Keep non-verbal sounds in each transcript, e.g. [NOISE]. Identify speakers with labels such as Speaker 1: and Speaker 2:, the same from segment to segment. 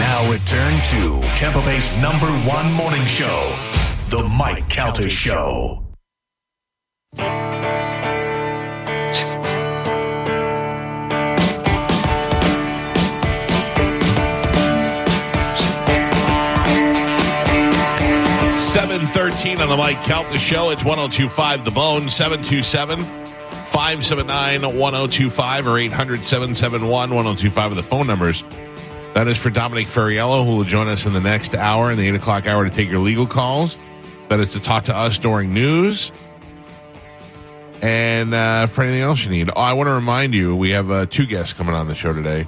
Speaker 1: Now return to Tampa Bay's number one morning show, The Mike Calter Show.
Speaker 2: Seven thirteen on the Mike Calta Show. It's 1025 The Bone, 727 579 1025 or 800 771 1025 are the phone numbers. That is for Dominic Ferriello, who will join us in the next hour, in the 8 o'clock hour, to take your legal calls. That is to talk to us during news. And uh, for anything else you need, oh, I want to remind you we have uh, two guests coming on the show today.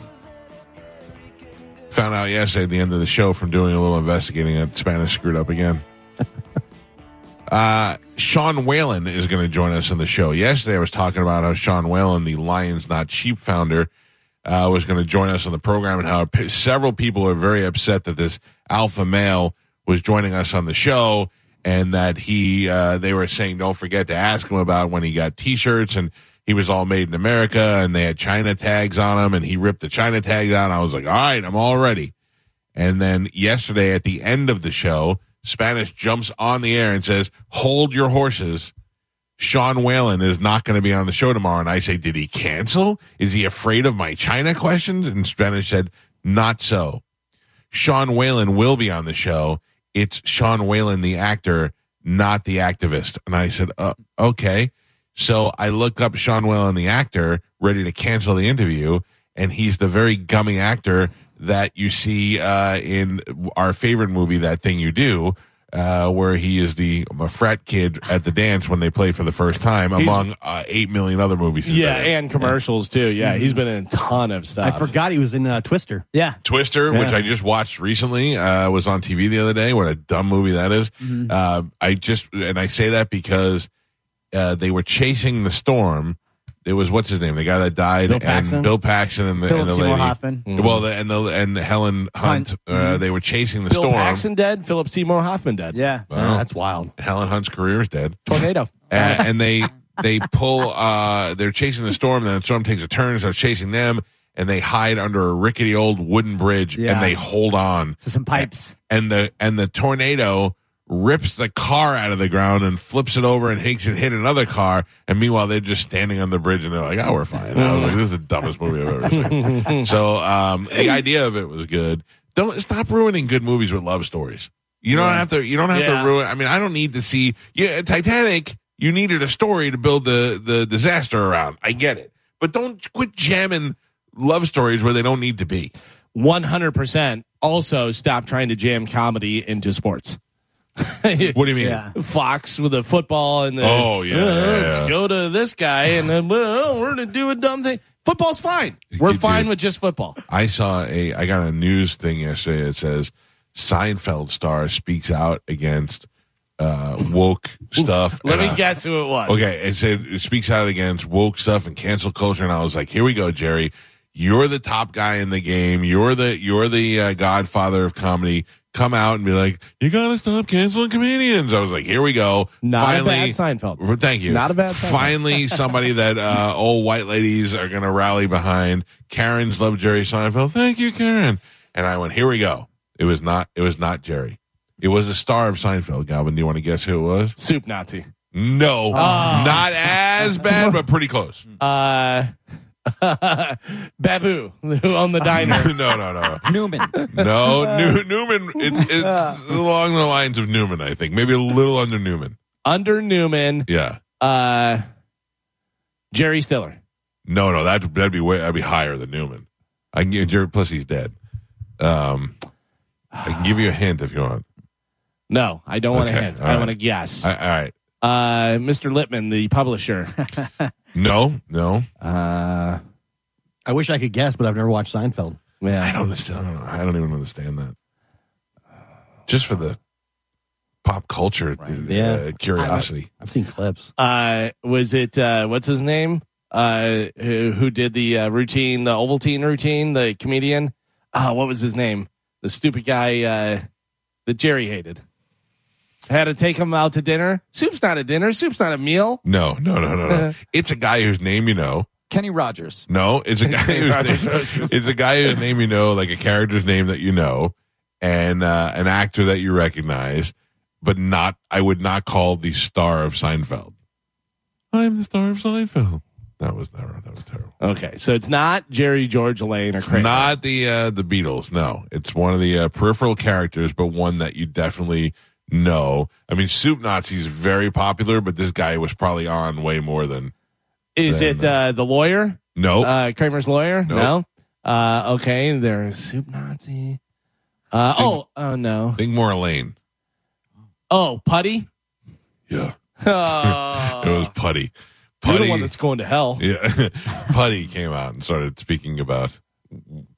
Speaker 2: Found out yesterday at the end of the show from doing a little investigating that Spanish screwed up again. Uh, Sean Whalen is going to join us on the show. Yesterday, I was talking about how Sean Whalen, the Lions Not Sheep founder, uh, was going to join us on the program and how p- several people are very upset that this alpha male was joining us on the show and that he uh, they were saying don't forget to ask him about when he got t-shirts and he was all made in america and they had china tags on him and he ripped the china tags out and i was like all right i'm all ready and then yesterday at the end of the show, Spanish jumps on the air and says, Hold your horses. Sean Whalen is not going to be on the show tomorrow. And I say, Did he cancel? Is he afraid of my China questions? And Spanish said, Not so. Sean Whalen will be on the show. It's Sean Whalen, the actor, not the activist. And I said, uh, Okay. So I looked up Sean Whalen, the actor, ready to cancel the interview. And he's the very gummy actor that you see uh, in our favorite movie, That Thing You Do, uh, where he is the um, a frat kid at the dance when they play for the first time, among uh, 8 million other movies. he's
Speaker 3: Yeah, Mm-hmm.
Speaker 2: been in.
Speaker 3: and commercials too. Yeah, he's been in a ton of
Speaker 4: I
Speaker 3: stuff.
Speaker 4: forgot he was in uh, Twister.
Speaker 5: Yeah.
Speaker 2: Twister, which
Speaker 4: Yeah.
Speaker 2: I just watched recently, uh, was on TV the other day. What a dumb movie that is.
Speaker 4: Mm-hmm.
Speaker 2: Uh, I just, and I say that because uh, they were chasing the storm. It was what's his name, the guy that died,
Speaker 4: Bill
Speaker 2: and
Speaker 4: Paxton?
Speaker 2: Bill Paxton and the,
Speaker 4: Philip
Speaker 2: and the
Speaker 4: Seymour
Speaker 2: lady.
Speaker 4: Hoffman.
Speaker 2: Well, the, and the and Helen Hunt,
Speaker 4: Hunt. Mm-hmm.
Speaker 2: Uh, they were chasing the
Speaker 3: Bill
Speaker 2: storm.
Speaker 3: Paxton dead. Philip Seymour Hoffman dead.
Speaker 4: Yeah,
Speaker 2: Wow.
Speaker 4: that's wild.
Speaker 2: Helen Hunt's career is dead.
Speaker 3: tornado.
Speaker 2: Uh, and they they pull uh they're chasing the storm, then the storm takes a turn, starts chasing them, and they hide under a rickety old wooden bridge
Speaker 4: Yeah.
Speaker 2: and they hold on.
Speaker 4: To some pipes.
Speaker 2: And the and the tornado rips the car out of the ground and flips it over and makes it hit another car. And meanwhile they're just standing on the bridge and they're like, Oh, we're fine. And I was like, This is the dumbest movie I've ever
Speaker 3: [LAUGHS]
Speaker 2: seen. so um the idea of it was good. Don't stop ruining good movies with love stories. You don't have to. You don't have
Speaker 3: Yeah.
Speaker 2: to ruin. I mean, I don't need to see. Yeah, Titanic. You needed a story to build the the disaster around. I get it, but don't quit jamming love stories where they don't need to be.
Speaker 3: One hundred percent. Also, stop trying to jam comedy into sports.
Speaker 2: What do you mean?
Speaker 4: Yeah.
Speaker 3: Fox with the football and the
Speaker 2: Oh, yeah,
Speaker 3: "Uh,
Speaker 2: yeah, yeah.
Speaker 3: let's go to this guy and then well, we're gonna do a dumb thing. Football's fine. We're
Speaker 2: Dude.
Speaker 3: fine with just football.
Speaker 2: I saw a. I got a news thing yesterday that says Seinfeld star speaks out against uh, woke stuff.
Speaker 3: Let
Speaker 2: And
Speaker 3: me
Speaker 2: I-
Speaker 3: guess who it was.
Speaker 2: Okay, it said it speaks out against woke stuff and cancel culture, and I was like, here we go, Jerry. You're the top guy in the game. You're the you're the uh, godfather of comedy. Come out and be like, you gotta stop canceling comedians. I was like, here we go.
Speaker 3: Not a bad Seinfeld.
Speaker 2: Well, Thank you.
Speaker 3: Not a bad Seinfeld. [LAUGHS]
Speaker 2: Finally, somebody that uh, old white ladies are going to rally behind. Karen's love Jerry Seinfeld. Thank you, Karen. And I went, here we go. It was not. It was not Jerry. It was the star of Seinfeld. Galvin, do you want to guess who it was?
Speaker 3: Soup Nazi.
Speaker 2: No,
Speaker 3: Oh.
Speaker 2: not as bad, but pretty
Speaker 3: [LAUGHS]
Speaker 2: close.
Speaker 3: Uh Babu, [LAUGHS] who owned the diner.
Speaker 2: [LAUGHS] no, no, no,
Speaker 5: Newman.
Speaker 3: [LAUGHS]
Speaker 2: no. New, Newman. It, it's along the lines of Newman, I think. Maybe a little under Newman.
Speaker 3: Under Newman,
Speaker 2: Yeah.
Speaker 3: uh Jerry Stiller.
Speaker 2: No, no. That that'd be way. That'd be higher than Newman. I can give Jerry. Plus, he's dead. Um, I can give you a hint if you want.
Speaker 3: No, I don't want to
Speaker 2: Okay,
Speaker 3: hint.
Speaker 2: all
Speaker 3: I
Speaker 2: right.
Speaker 3: want to guess.
Speaker 2: I, all right.
Speaker 3: uh Mr. Lippman,
Speaker 2: [LAUGHS]
Speaker 3: the publisher.
Speaker 2: No, no.
Speaker 3: uh
Speaker 4: I wish I could guess, but I've never watched Seinfeld.
Speaker 3: Yeah.
Speaker 2: I don't understand. I don't, know. I don't even understand that. Just for the pop culture uh,
Speaker 4: Yeah.
Speaker 2: curiosity.
Speaker 4: I've seen
Speaker 6: [LAUGHS]
Speaker 4: clips.
Speaker 3: uh, was it uh, what's his name uh, who, who did the uh, routine, the Ovaltine routine, the comedian? Uh, what was his name? The stupid guy uh, that Jerry hated. Had to take him out to dinner. Soup's not a dinner. Soup's not a meal.
Speaker 2: No, no, no, no, no. it's a guy whose name you know.
Speaker 5: Kenny Rogers.
Speaker 2: No, it's a guy whose name, it's a guy whose name you know, like a character's name that you know, and uh, an actor that you recognize, but not. I would not call the star of Seinfeld. I'm the star of Seinfeld. That was never. That was terrible.
Speaker 3: Okay, so it's not Jerry, George, Elaine, or Kramer.
Speaker 2: Not the uh, the Beatles. No, it's one of the uh, peripheral characters, but one that you definitely know. I mean, Soup Nazi's very popular, but this guy was probably on way more than
Speaker 3: Is
Speaker 2: them,
Speaker 3: it uh, the lawyer?
Speaker 2: no.
Speaker 3: Uh, Kramer's lawyer?
Speaker 2: Nope.
Speaker 3: No. Uh, okay, there's Soup Nazi. Uh, oh, oh no.
Speaker 2: Think more Elaine.
Speaker 3: Oh,
Speaker 2: [LAUGHS]
Speaker 3: Putty.
Speaker 2: Yeah,
Speaker 3: Oh.
Speaker 2: it was Putty.
Speaker 3: You're
Speaker 2: Putty.
Speaker 3: the one that's going to hell.
Speaker 2: [LAUGHS] yeah, Putty came out and started speaking about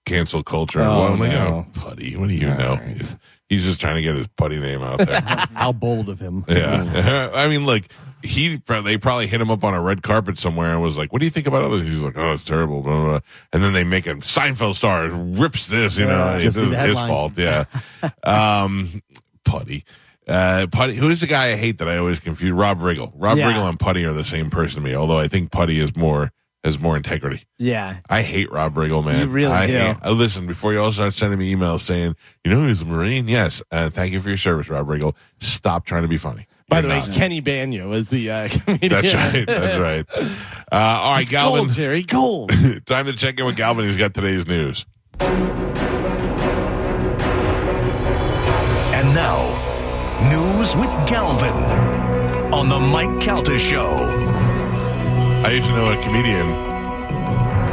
Speaker 2: cancel culture. and
Speaker 3: Oh,
Speaker 2: what I'm like,
Speaker 3: no.
Speaker 2: oh, Putty. What do you
Speaker 3: All
Speaker 2: know?
Speaker 3: right.
Speaker 2: He's just trying to get his putty name out there.
Speaker 3: [LAUGHS]
Speaker 4: How bold of him.
Speaker 2: Yeah, [LAUGHS] I mean, look, he they probably hit him up on a red carpet somewhere and was like, "What do you think about others?" He's like, "Oh, it's terrible." Blah, blah, blah. And then they make him Seinfeld star rips this, you know,
Speaker 4: Yeah,
Speaker 2: it's
Speaker 4: just
Speaker 2: his
Speaker 4: the headline.
Speaker 2: fault.
Speaker 4: [LAUGHS]
Speaker 2: Yeah, um, putty. Uh, Putty, who's the guy I hate that I always confuse? Rob Riggle. Rob
Speaker 5: Yeah.
Speaker 2: Riggle and Putty are the same person to me, although I think Putty is more has more integrity.
Speaker 5: Yeah.
Speaker 2: I hate Rob Riggle, man.
Speaker 5: You really
Speaker 2: I
Speaker 5: do.
Speaker 2: hate- I listen, before you all start sending me emails saying, you know, he's a Marine. Yes. Uh, thank you for your service, Rob Riggle. Stop trying to be funny.
Speaker 3: By
Speaker 2: You're
Speaker 3: the way,
Speaker 2: not.
Speaker 3: Kenny Banya is the uh, [LAUGHS] comedian.
Speaker 2: that's right. That's right.
Speaker 3: [LAUGHS]
Speaker 2: Uh, all right,
Speaker 3: Gold,
Speaker 2: Galvin.
Speaker 3: Jerry, gold.
Speaker 2: [LAUGHS] Time to check in with Galvin. He's got today's news.
Speaker 1: And now, news with Galvin on the Mike Calta Show.
Speaker 2: I used to know a comedian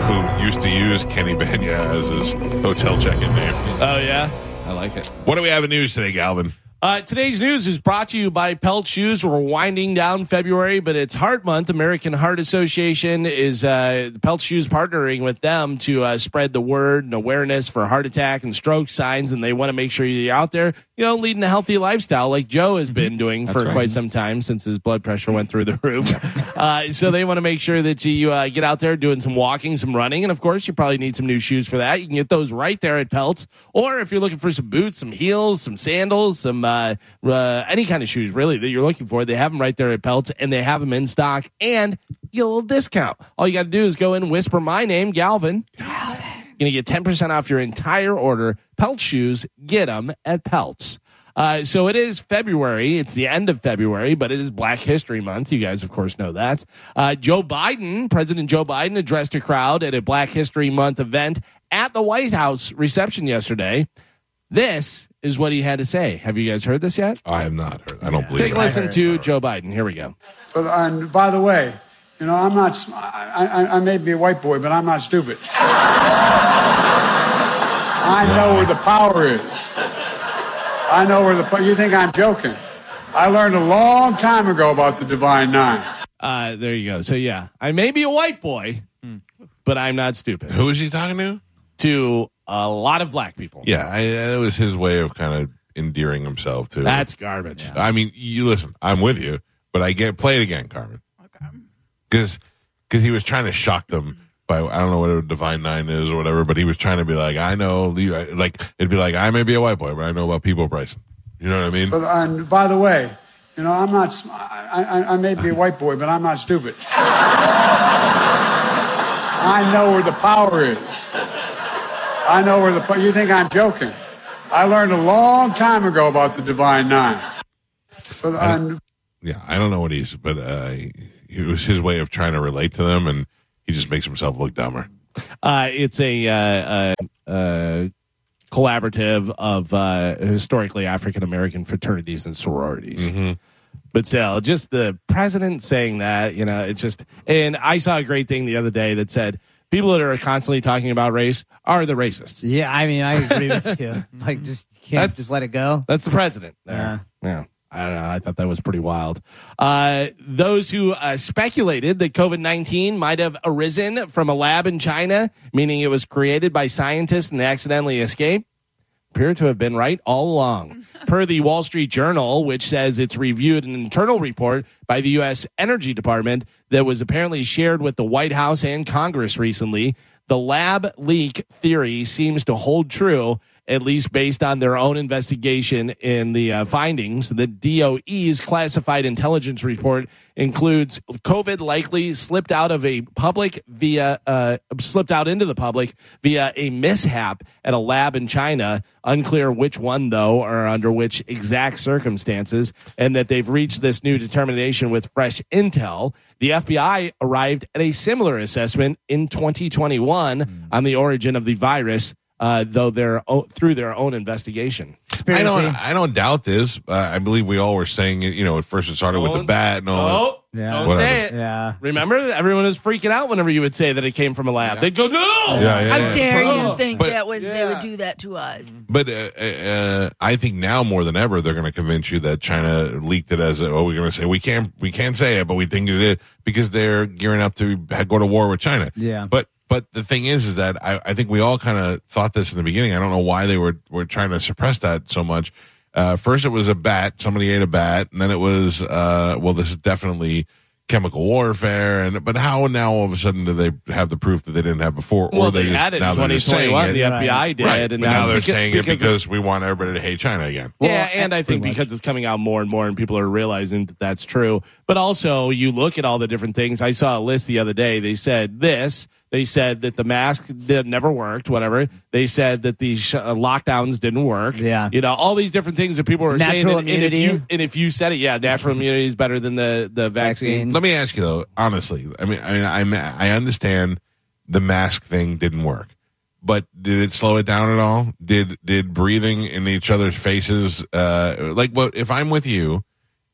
Speaker 2: who used to use Kenny Banya as his hotel check in name.
Speaker 3: oh, yeah.
Speaker 5: I like it.
Speaker 2: What do we have in news today, Galvin?
Speaker 3: Uh, today's news is brought to you by Pelt Shoes. We're winding down February, but it's Heart Month. American Heart Association is uh, Pelt Shoes partnering with them to uh, spread the word and awareness for heart attack and stroke signs, and they want to make sure you're out there, you know, leading a healthy lifestyle like Joe has been doing for
Speaker 5: right.
Speaker 3: quite some time since his blood pressure went through the roof. [LAUGHS] uh, so they want to make sure that you uh, get out there doing some walking, some running, and of course, you probably need some new shoes for that. You can get those right there at Pelts, or if you're looking for some boots, some heels, some sandals, some uh, uh, any kind of shoes really that you're looking for, they have them right there at Pelts, and they have them in stock, and you get a little discount. All you got to do is go in, and whisper my name, Galvin. You're going to get 10% off your entire order. Pelt shoes, get them at Pelts. Uh, so it is February. It's the end of February, but it is Black History Month. You guys, of course, know that. Uh, Joe Biden, President Joe Biden, addressed a crowd at a Black History Month event at the White House reception yesterday. This is what he had to say. Have you guys heard this yet?
Speaker 2: I have not heard. I don't believe
Speaker 3: Take
Speaker 2: it.
Speaker 3: a listen to Joe Biden. Here we go.
Speaker 7: But, and by the way, you know, I'm not, sm- I, I, I may be a white boy, but I'm not stupid. I know where the power is. I know where the, po- you think I'm joking. I learned a long time ago about the Divine Nine.
Speaker 3: Uh, there you go. So, yeah, I may be a white boy,
Speaker 2: Hmm.
Speaker 3: but I'm not stupid.
Speaker 2: Who is he talking to?
Speaker 3: To a lot of black people.
Speaker 2: Yeah, I, that was his way of kind of endearing himself to.
Speaker 3: That's garbage.
Speaker 2: I mean, you listen. I'm with you, but I get play it again, Carmen. Because he was trying to shock them by I don't know what a divine nine is or whatever, but he was trying to be like, I know, the- I- like it'd be like I may be a white boy, but I know about people pricing. You know what I mean?
Speaker 7: But, and by the way, you know, I'm not, sm- I, I, I may be a white boy, but I'm not stupid. I know where the power is. I know where the, po- you think I'm joking. I learned a long time ago about the Divine Nine. But, and,
Speaker 2: Yeah, I don't know what he's, but uh, it was his way of trying to relate to them, and he just makes himself look dumber.
Speaker 3: Uh, it's a uh, uh, uh, collaborative of uh, historically African American fraternities and sororities. But still, just the president saying that, you know, it's just. And I saw a great thing the other day that said people that are constantly talking about race are the racists.
Speaker 4: [LAUGHS]
Speaker 6: Yeah, I mean, I agree with you. Like, just can't
Speaker 3: That's-
Speaker 6: just let it go.
Speaker 3: That's the president there. Yeah. I don't know. I thought that was pretty wild. Uh, those who uh, speculated that COVID 19 might have arisen from a lab in China, meaning it was created by scientists and accidentally escaped, appear to have been right all along. per the Wall Street Journal, which says it's reviewed an internal report by the U.S. Energy Department that was apparently shared with the White House and Congress recently, the lab leak theory seems to hold true, at least based on their own investigation in the uh, findings. The DOE's classified intelligence report includes COVID likely slipped out of a public via uh, slipped out into the public via a mishap at a lab in China. Unclear which one though, or under which exact circumstances, and that they've reached this new determination with fresh intel. The FBI arrived at a similar assessment in 2021 on the origin of the virus, uh, though their o- through their own investigation.
Speaker 2: I don't. I don't doubt this. Uh, I believe we all were saying. You know, at first it started with the
Speaker 3: Don't-
Speaker 2: bat and all. that.
Speaker 4: Oh. Yeah.
Speaker 3: Oh. don't
Speaker 2: Whatever.
Speaker 3: say it.
Speaker 4: Yeah.
Speaker 3: Remember, everyone was freaking out whenever you would say that it came from a lab. They'd go, "No,
Speaker 2: Yeah, yeah,
Speaker 5: How
Speaker 2: yeah.
Speaker 5: dare
Speaker 3: Bro.
Speaker 5: you think
Speaker 2: But-
Speaker 5: that would they
Speaker 3: Oh, Yeah.
Speaker 5: would do that to us?
Speaker 2: But uh, uh, uh, I think now more than ever, they're going to convince you that China leaked it as. A, oh, we're going to say we can't. We can't say it, but we think it is because they're gearing up to ha- go to war with China.
Speaker 4: Yeah.
Speaker 2: But but the thing is, is that I, I think we all kind of thought this in the beginning. I don't know why they were were trying to suppress that so much. Uh, first, it was a bat. Somebody ate a bat, and then it was. Uh, well, this is definitely chemical warfare. And but how now all of a sudden do they have the proof that they didn't have before?
Speaker 3: Well, they
Speaker 2: just-
Speaker 3: had it in
Speaker 2: now they're just saying
Speaker 3: 2021.
Speaker 2: it.
Speaker 3: The FBI did,
Speaker 2: Right.
Speaker 3: and
Speaker 2: but now, they're
Speaker 3: because-
Speaker 2: saying it
Speaker 3: it's-
Speaker 2: because we want everybody to hate China again.
Speaker 3: yeah, and I think
Speaker 4: pretty much.
Speaker 3: because it's coming out more and more, and people are realizing that that's true. But also, you look at all the different things. I saw a list the other day. They said this. They said that the mask did, never worked. Whatever. They said that the sh- uh, lockdowns didn't work.
Speaker 4: Yeah.
Speaker 3: you know all these different things that people were saying.
Speaker 4: Natural
Speaker 3: and- and if
Speaker 4: immunity.
Speaker 3: you- and if you said it, yeah, natural immunity is better than the the vaccine.
Speaker 4: Vaccine.
Speaker 2: Let me ask you though, honestly. I mean, I mean, I'm- I understand the mask thing didn't work, but did it slow it down at all? Did did breathing in each other's faces, uh, like what if I'm with you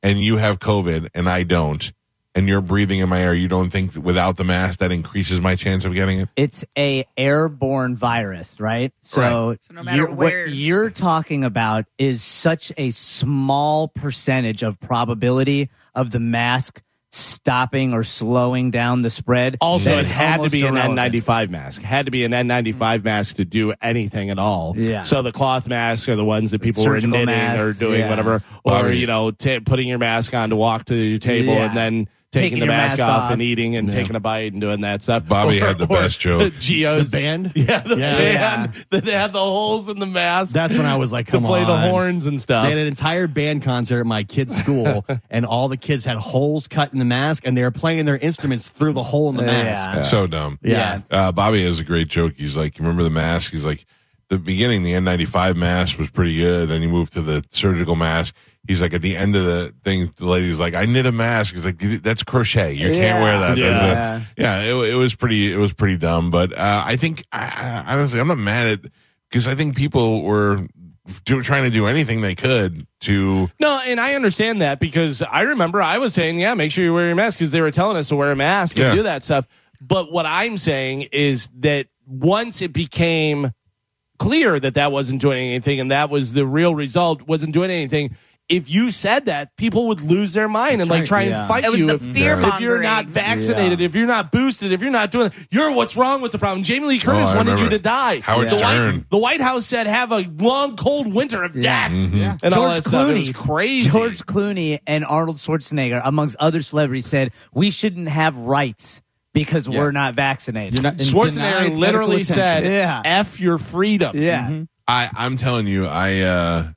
Speaker 2: and you have COVID and I don't, and you're breathing in my air? You don't think that without the mask that increases my chance of getting it?
Speaker 6: It's a airborne virus, right? So,
Speaker 5: So no matter
Speaker 6: you're-
Speaker 5: where-
Speaker 6: what you're talking about is such a small percentage of probability of the mask stopping or slowing down the spread.
Speaker 3: Also,
Speaker 6: that
Speaker 3: it
Speaker 6: it's
Speaker 3: had to
Speaker 6: almost
Speaker 3: be
Speaker 6: irrelevant.
Speaker 3: an N95 mask. Had to be an N95 mask to do anything at all.
Speaker 6: Yeah.
Speaker 3: So the cloth masks are the ones that people were
Speaker 6: Surgical
Speaker 3: knitting
Speaker 6: masks,
Speaker 3: or doing
Speaker 6: yeah.
Speaker 3: whatever, or
Speaker 2: Bobby.
Speaker 3: you know, ta putting your mask on to walk to your table
Speaker 6: Yeah.
Speaker 3: and then taking,
Speaker 6: Taking
Speaker 3: the
Speaker 6: your
Speaker 3: mask,
Speaker 6: mask
Speaker 3: off
Speaker 6: off.
Speaker 3: and eating and taking a bite and doing that stuff.
Speaker 2: Bobby had the
Speaker 3: [LAUGHS]
Speaker 2: best joke.
Speaker 3: Geo's
Speaker 4: The band?
Speaker 3: Yeah, [LAUGHS] the
Speaker 4: Yeah.
Speaker 3: band that had the holes in the mask.
Speaker 4: That's when I was like, come
Speaker 3: to play the
Speaker 4: on.
Speaker 3: horns and stuff.
Speaker 4: They had an entire band concert at my kid's school, and all the kids had holes cut in the mask, and they were playing their instruments through the hole in the mask.
Speaker 6: Yeah.
Speaker 2: So dumb.
Speaker 4: Yeah.
Speaker 2: Uh, Bobby has a great joke. He's like, you remember the mask? He's like, the beginning, the N95 mask was pretty good. Then you move to the surgical mask. He's like, at the end of the thing, the lady's like, I knit a mask. He's like, "Dude, that's crochet. You can't
Speaker 6: Yeah.
Speaker 2: wear that.
Speaker 3: Yeah.
Speaker 2: That's a- yeah. It, it was pretty, it was pretty dumb. But, uh, I think, I, I, honestly, I'm not mad at, cause I think people were do, trying to do anything they could to,
Speaker 3: No, and I understand that because I remember I was saying, yeah, make sure you wear your mask because they were telling us to wear a mask
Speaker 2: Yeah.
Speaker 3: and do that stuff. But what I'm saying is that once it became clear that that wasn't doing anything and that was the real result wasn't doing anything. If you said that, people would lose their mind and like
Speaker 4: right,
Speaker 3: try and
Speaker 4: yeah.
Speaker 3: fight
Speaker 5: It was
Speaker 3: you
Speaker 5: the
Speaker 3: if,
Speaker 5: fear
Speaker 3: if you're not
Speaker 5: mongering.
Speaker 3: vaccinated, if you're not boosted, if you're not doing, you're what's wrong with the problem. Jamie Lee Curtis
Speaker 2: Oh, I
Speaker 3: wanted you
Speaker 2: remember.
Speaker 3: to die.
Speaker 2: Howard
Speaker 3: the
Speaker 2: Stern.
Speaker 3: White, the White House said have a long, cold winter of death.
Speaker 2: Mm-hmm.
Speaker 3: And all
Speaker 6: George
Speaker 3: that stuff. It
Speaker 6: Clooney,
Speaker 3: was crazy.
Speaker 6: George Clooney and Arnold Schwarzenegger, amongst other celebrities, said we shouldn't have rights because we're not vaccinated.
Speaker 8: You're not- and denied
Speaker 3: Schwarzenegger
Speaker 8: medical
Speaker 3: literally said,
Speaker 8: attention.
Speaker 6: Yeah.
Speaker 3: "F your freedom."
Speaker 6: yeah.
Speaker 2: I, I'm telling you, I uh,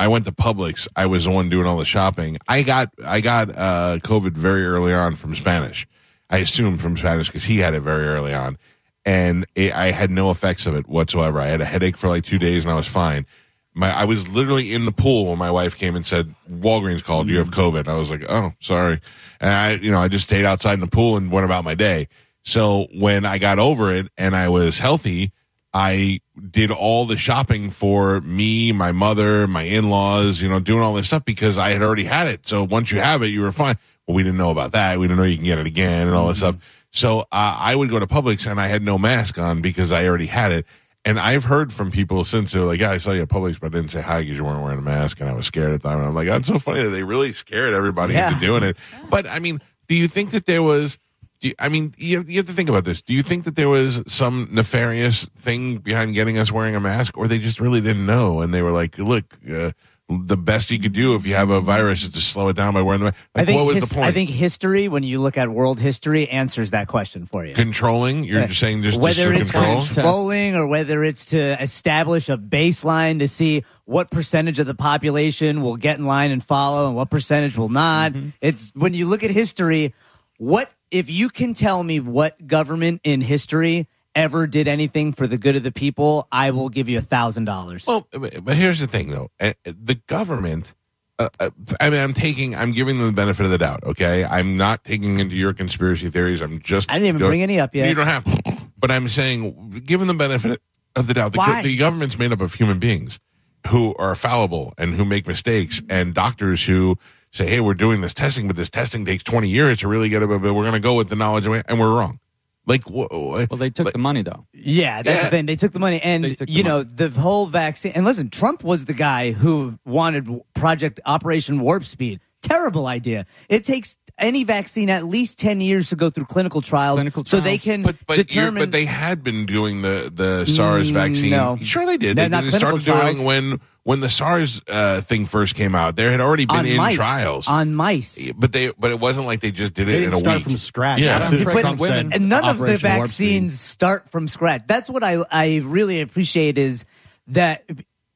Speaker 2: I went to Publix. I was the one doing all the shopping. I got I got uh, COVID very early on from Spanish. I assume from Spanish because he had it very early on, and it, I had no effects of it whatsoever. I had a headache for like two days, and I was fine. My I was literally in the pool when my wife came and said Walgreens called. You have COVID. I was like, oh, sorry, and I you know I just stayed outside in the pool and went about my day. So when I got over it and I was healthy, I did all the shopping for me, my mother, my in laws, you know, doing all this stuff because I had already had it. So once you have it, you were fine. Well, we didn't know about that. We didn't know you can get it again and all this stuff. So uh, I would go to Publix and I had no mask on because I already had it. And I've heard from people since they're like, "Yeah, I saw you at Publix, but I didn't say hi because you weren't wearing a mask, and I was scared at the time." And I'm like, "That's so funny that they really scared everybody
Speaker 6: Yeah.
Speaker 2: into doing it." But I mean, do you think that there was? Do you, I mean, you have, you have to think about this. Do you think that there was some nefarious thing behind getting us wearing a mask, or they just really didn't know and they were like, "Look, uh, the best you could do if you have a virus is to slow it down by wearing the mask." Like,
Speaker 6: I think
Speaker 2: what was
Speaker 6: his-
Speaker 2: the point?
Speaker 6: I think history, when you look at world history, answers that question for you.
Speaker 2: controlling. You're just saying just
Speaker 6: whether
Speaker 2: just
Speaker 6: it's
Speaker 2: control.
Speaker 6: controlling or whether it's to establish a baseline to see what percentage of the population will get in line and follow and what percentage will not.
Speaker 2: Mm-hmm.
Speaker 6: It's when you look at history, what if you can tell me what government in history ever did anything for the good of the people, I will give you a thousand dollars.
Speaker 2: Well, but but here's the thing, though. Uh, The government. Uh, uh, I mean, I'm taking, I'm giving them the benefit of the doubt. Okay, I'm not taking into your conspiracy theories. I'm just.
Speaker 6: I didn't even
Speaker 2: doing-
Speaker 6: bring any up yet.
Speaker 2: You don't have to. But I'm saying, given the benefit of the doubt, the,
Speaker 6: Why?
Speaker 2: go- the government's made up of human beings who are fallible and who make mistakes, and doctors who say, "Hey, we're doing this testing, but this testing takes 20 years to really get it. But we're going to go with the knowledge, of it," and we're wrong." Like, wh- wh-
Speaker 5: Well, they took the money though.
Speaker 6: Yeah, that's the thing. They took the money,
Speaker 5: They
Speaker 6: and
Speaker 5: took the
Speaker 6: you know the whole vaccine. And listen, Trump was the guy who wanted Project Operation Warp Speed. Terrible idea. It takes any vaccine at least ten years to go through clinical trials,
Speaker 5: Clinical
Speaker 6: so they
Speaker 5: trials.
Speaker 6: can
Speaker 2: But but, you're-
Speaker 6: determine.
Speaker 2: but they had been doing the the SARS
Speaker 6: Mm,
Speaker 2: vaccine.
Speaker 6: no.
Speaker 2: Sure, they did.
Speaker 6: No,
Speaker 2: they
Speaker 6: not
Speaker 2: did. It started
Speaker 6: clinical trials.
Speaker 2: doing when when the SARS uh, thing first came out. There had already been
Speaker 6: on
Speaker 2: in
Speaker 6: mice,
Speaker 2: trials,
Speaker 6: on mice.
Speaker 2: but they but it wasn't like they just did it
Speaker 4: They
Speaker 2: in
Speaker 4: didn't
Speaker 2: a
Speaker 4: start
Speaker 2: week.
Speaker 4: from scratch.
Speaker 2: Yeah.
Speaker 4: As soon as
Speaker 5: Pregnant
Speaker 4: Trump
Speaker 5: women.
Speaker 4: said
Speaker 6: and none of the
Speaker 4: Operation Warp Speed.
Speaker 6: vaccines start from scratch. That's what I I really appreciate is that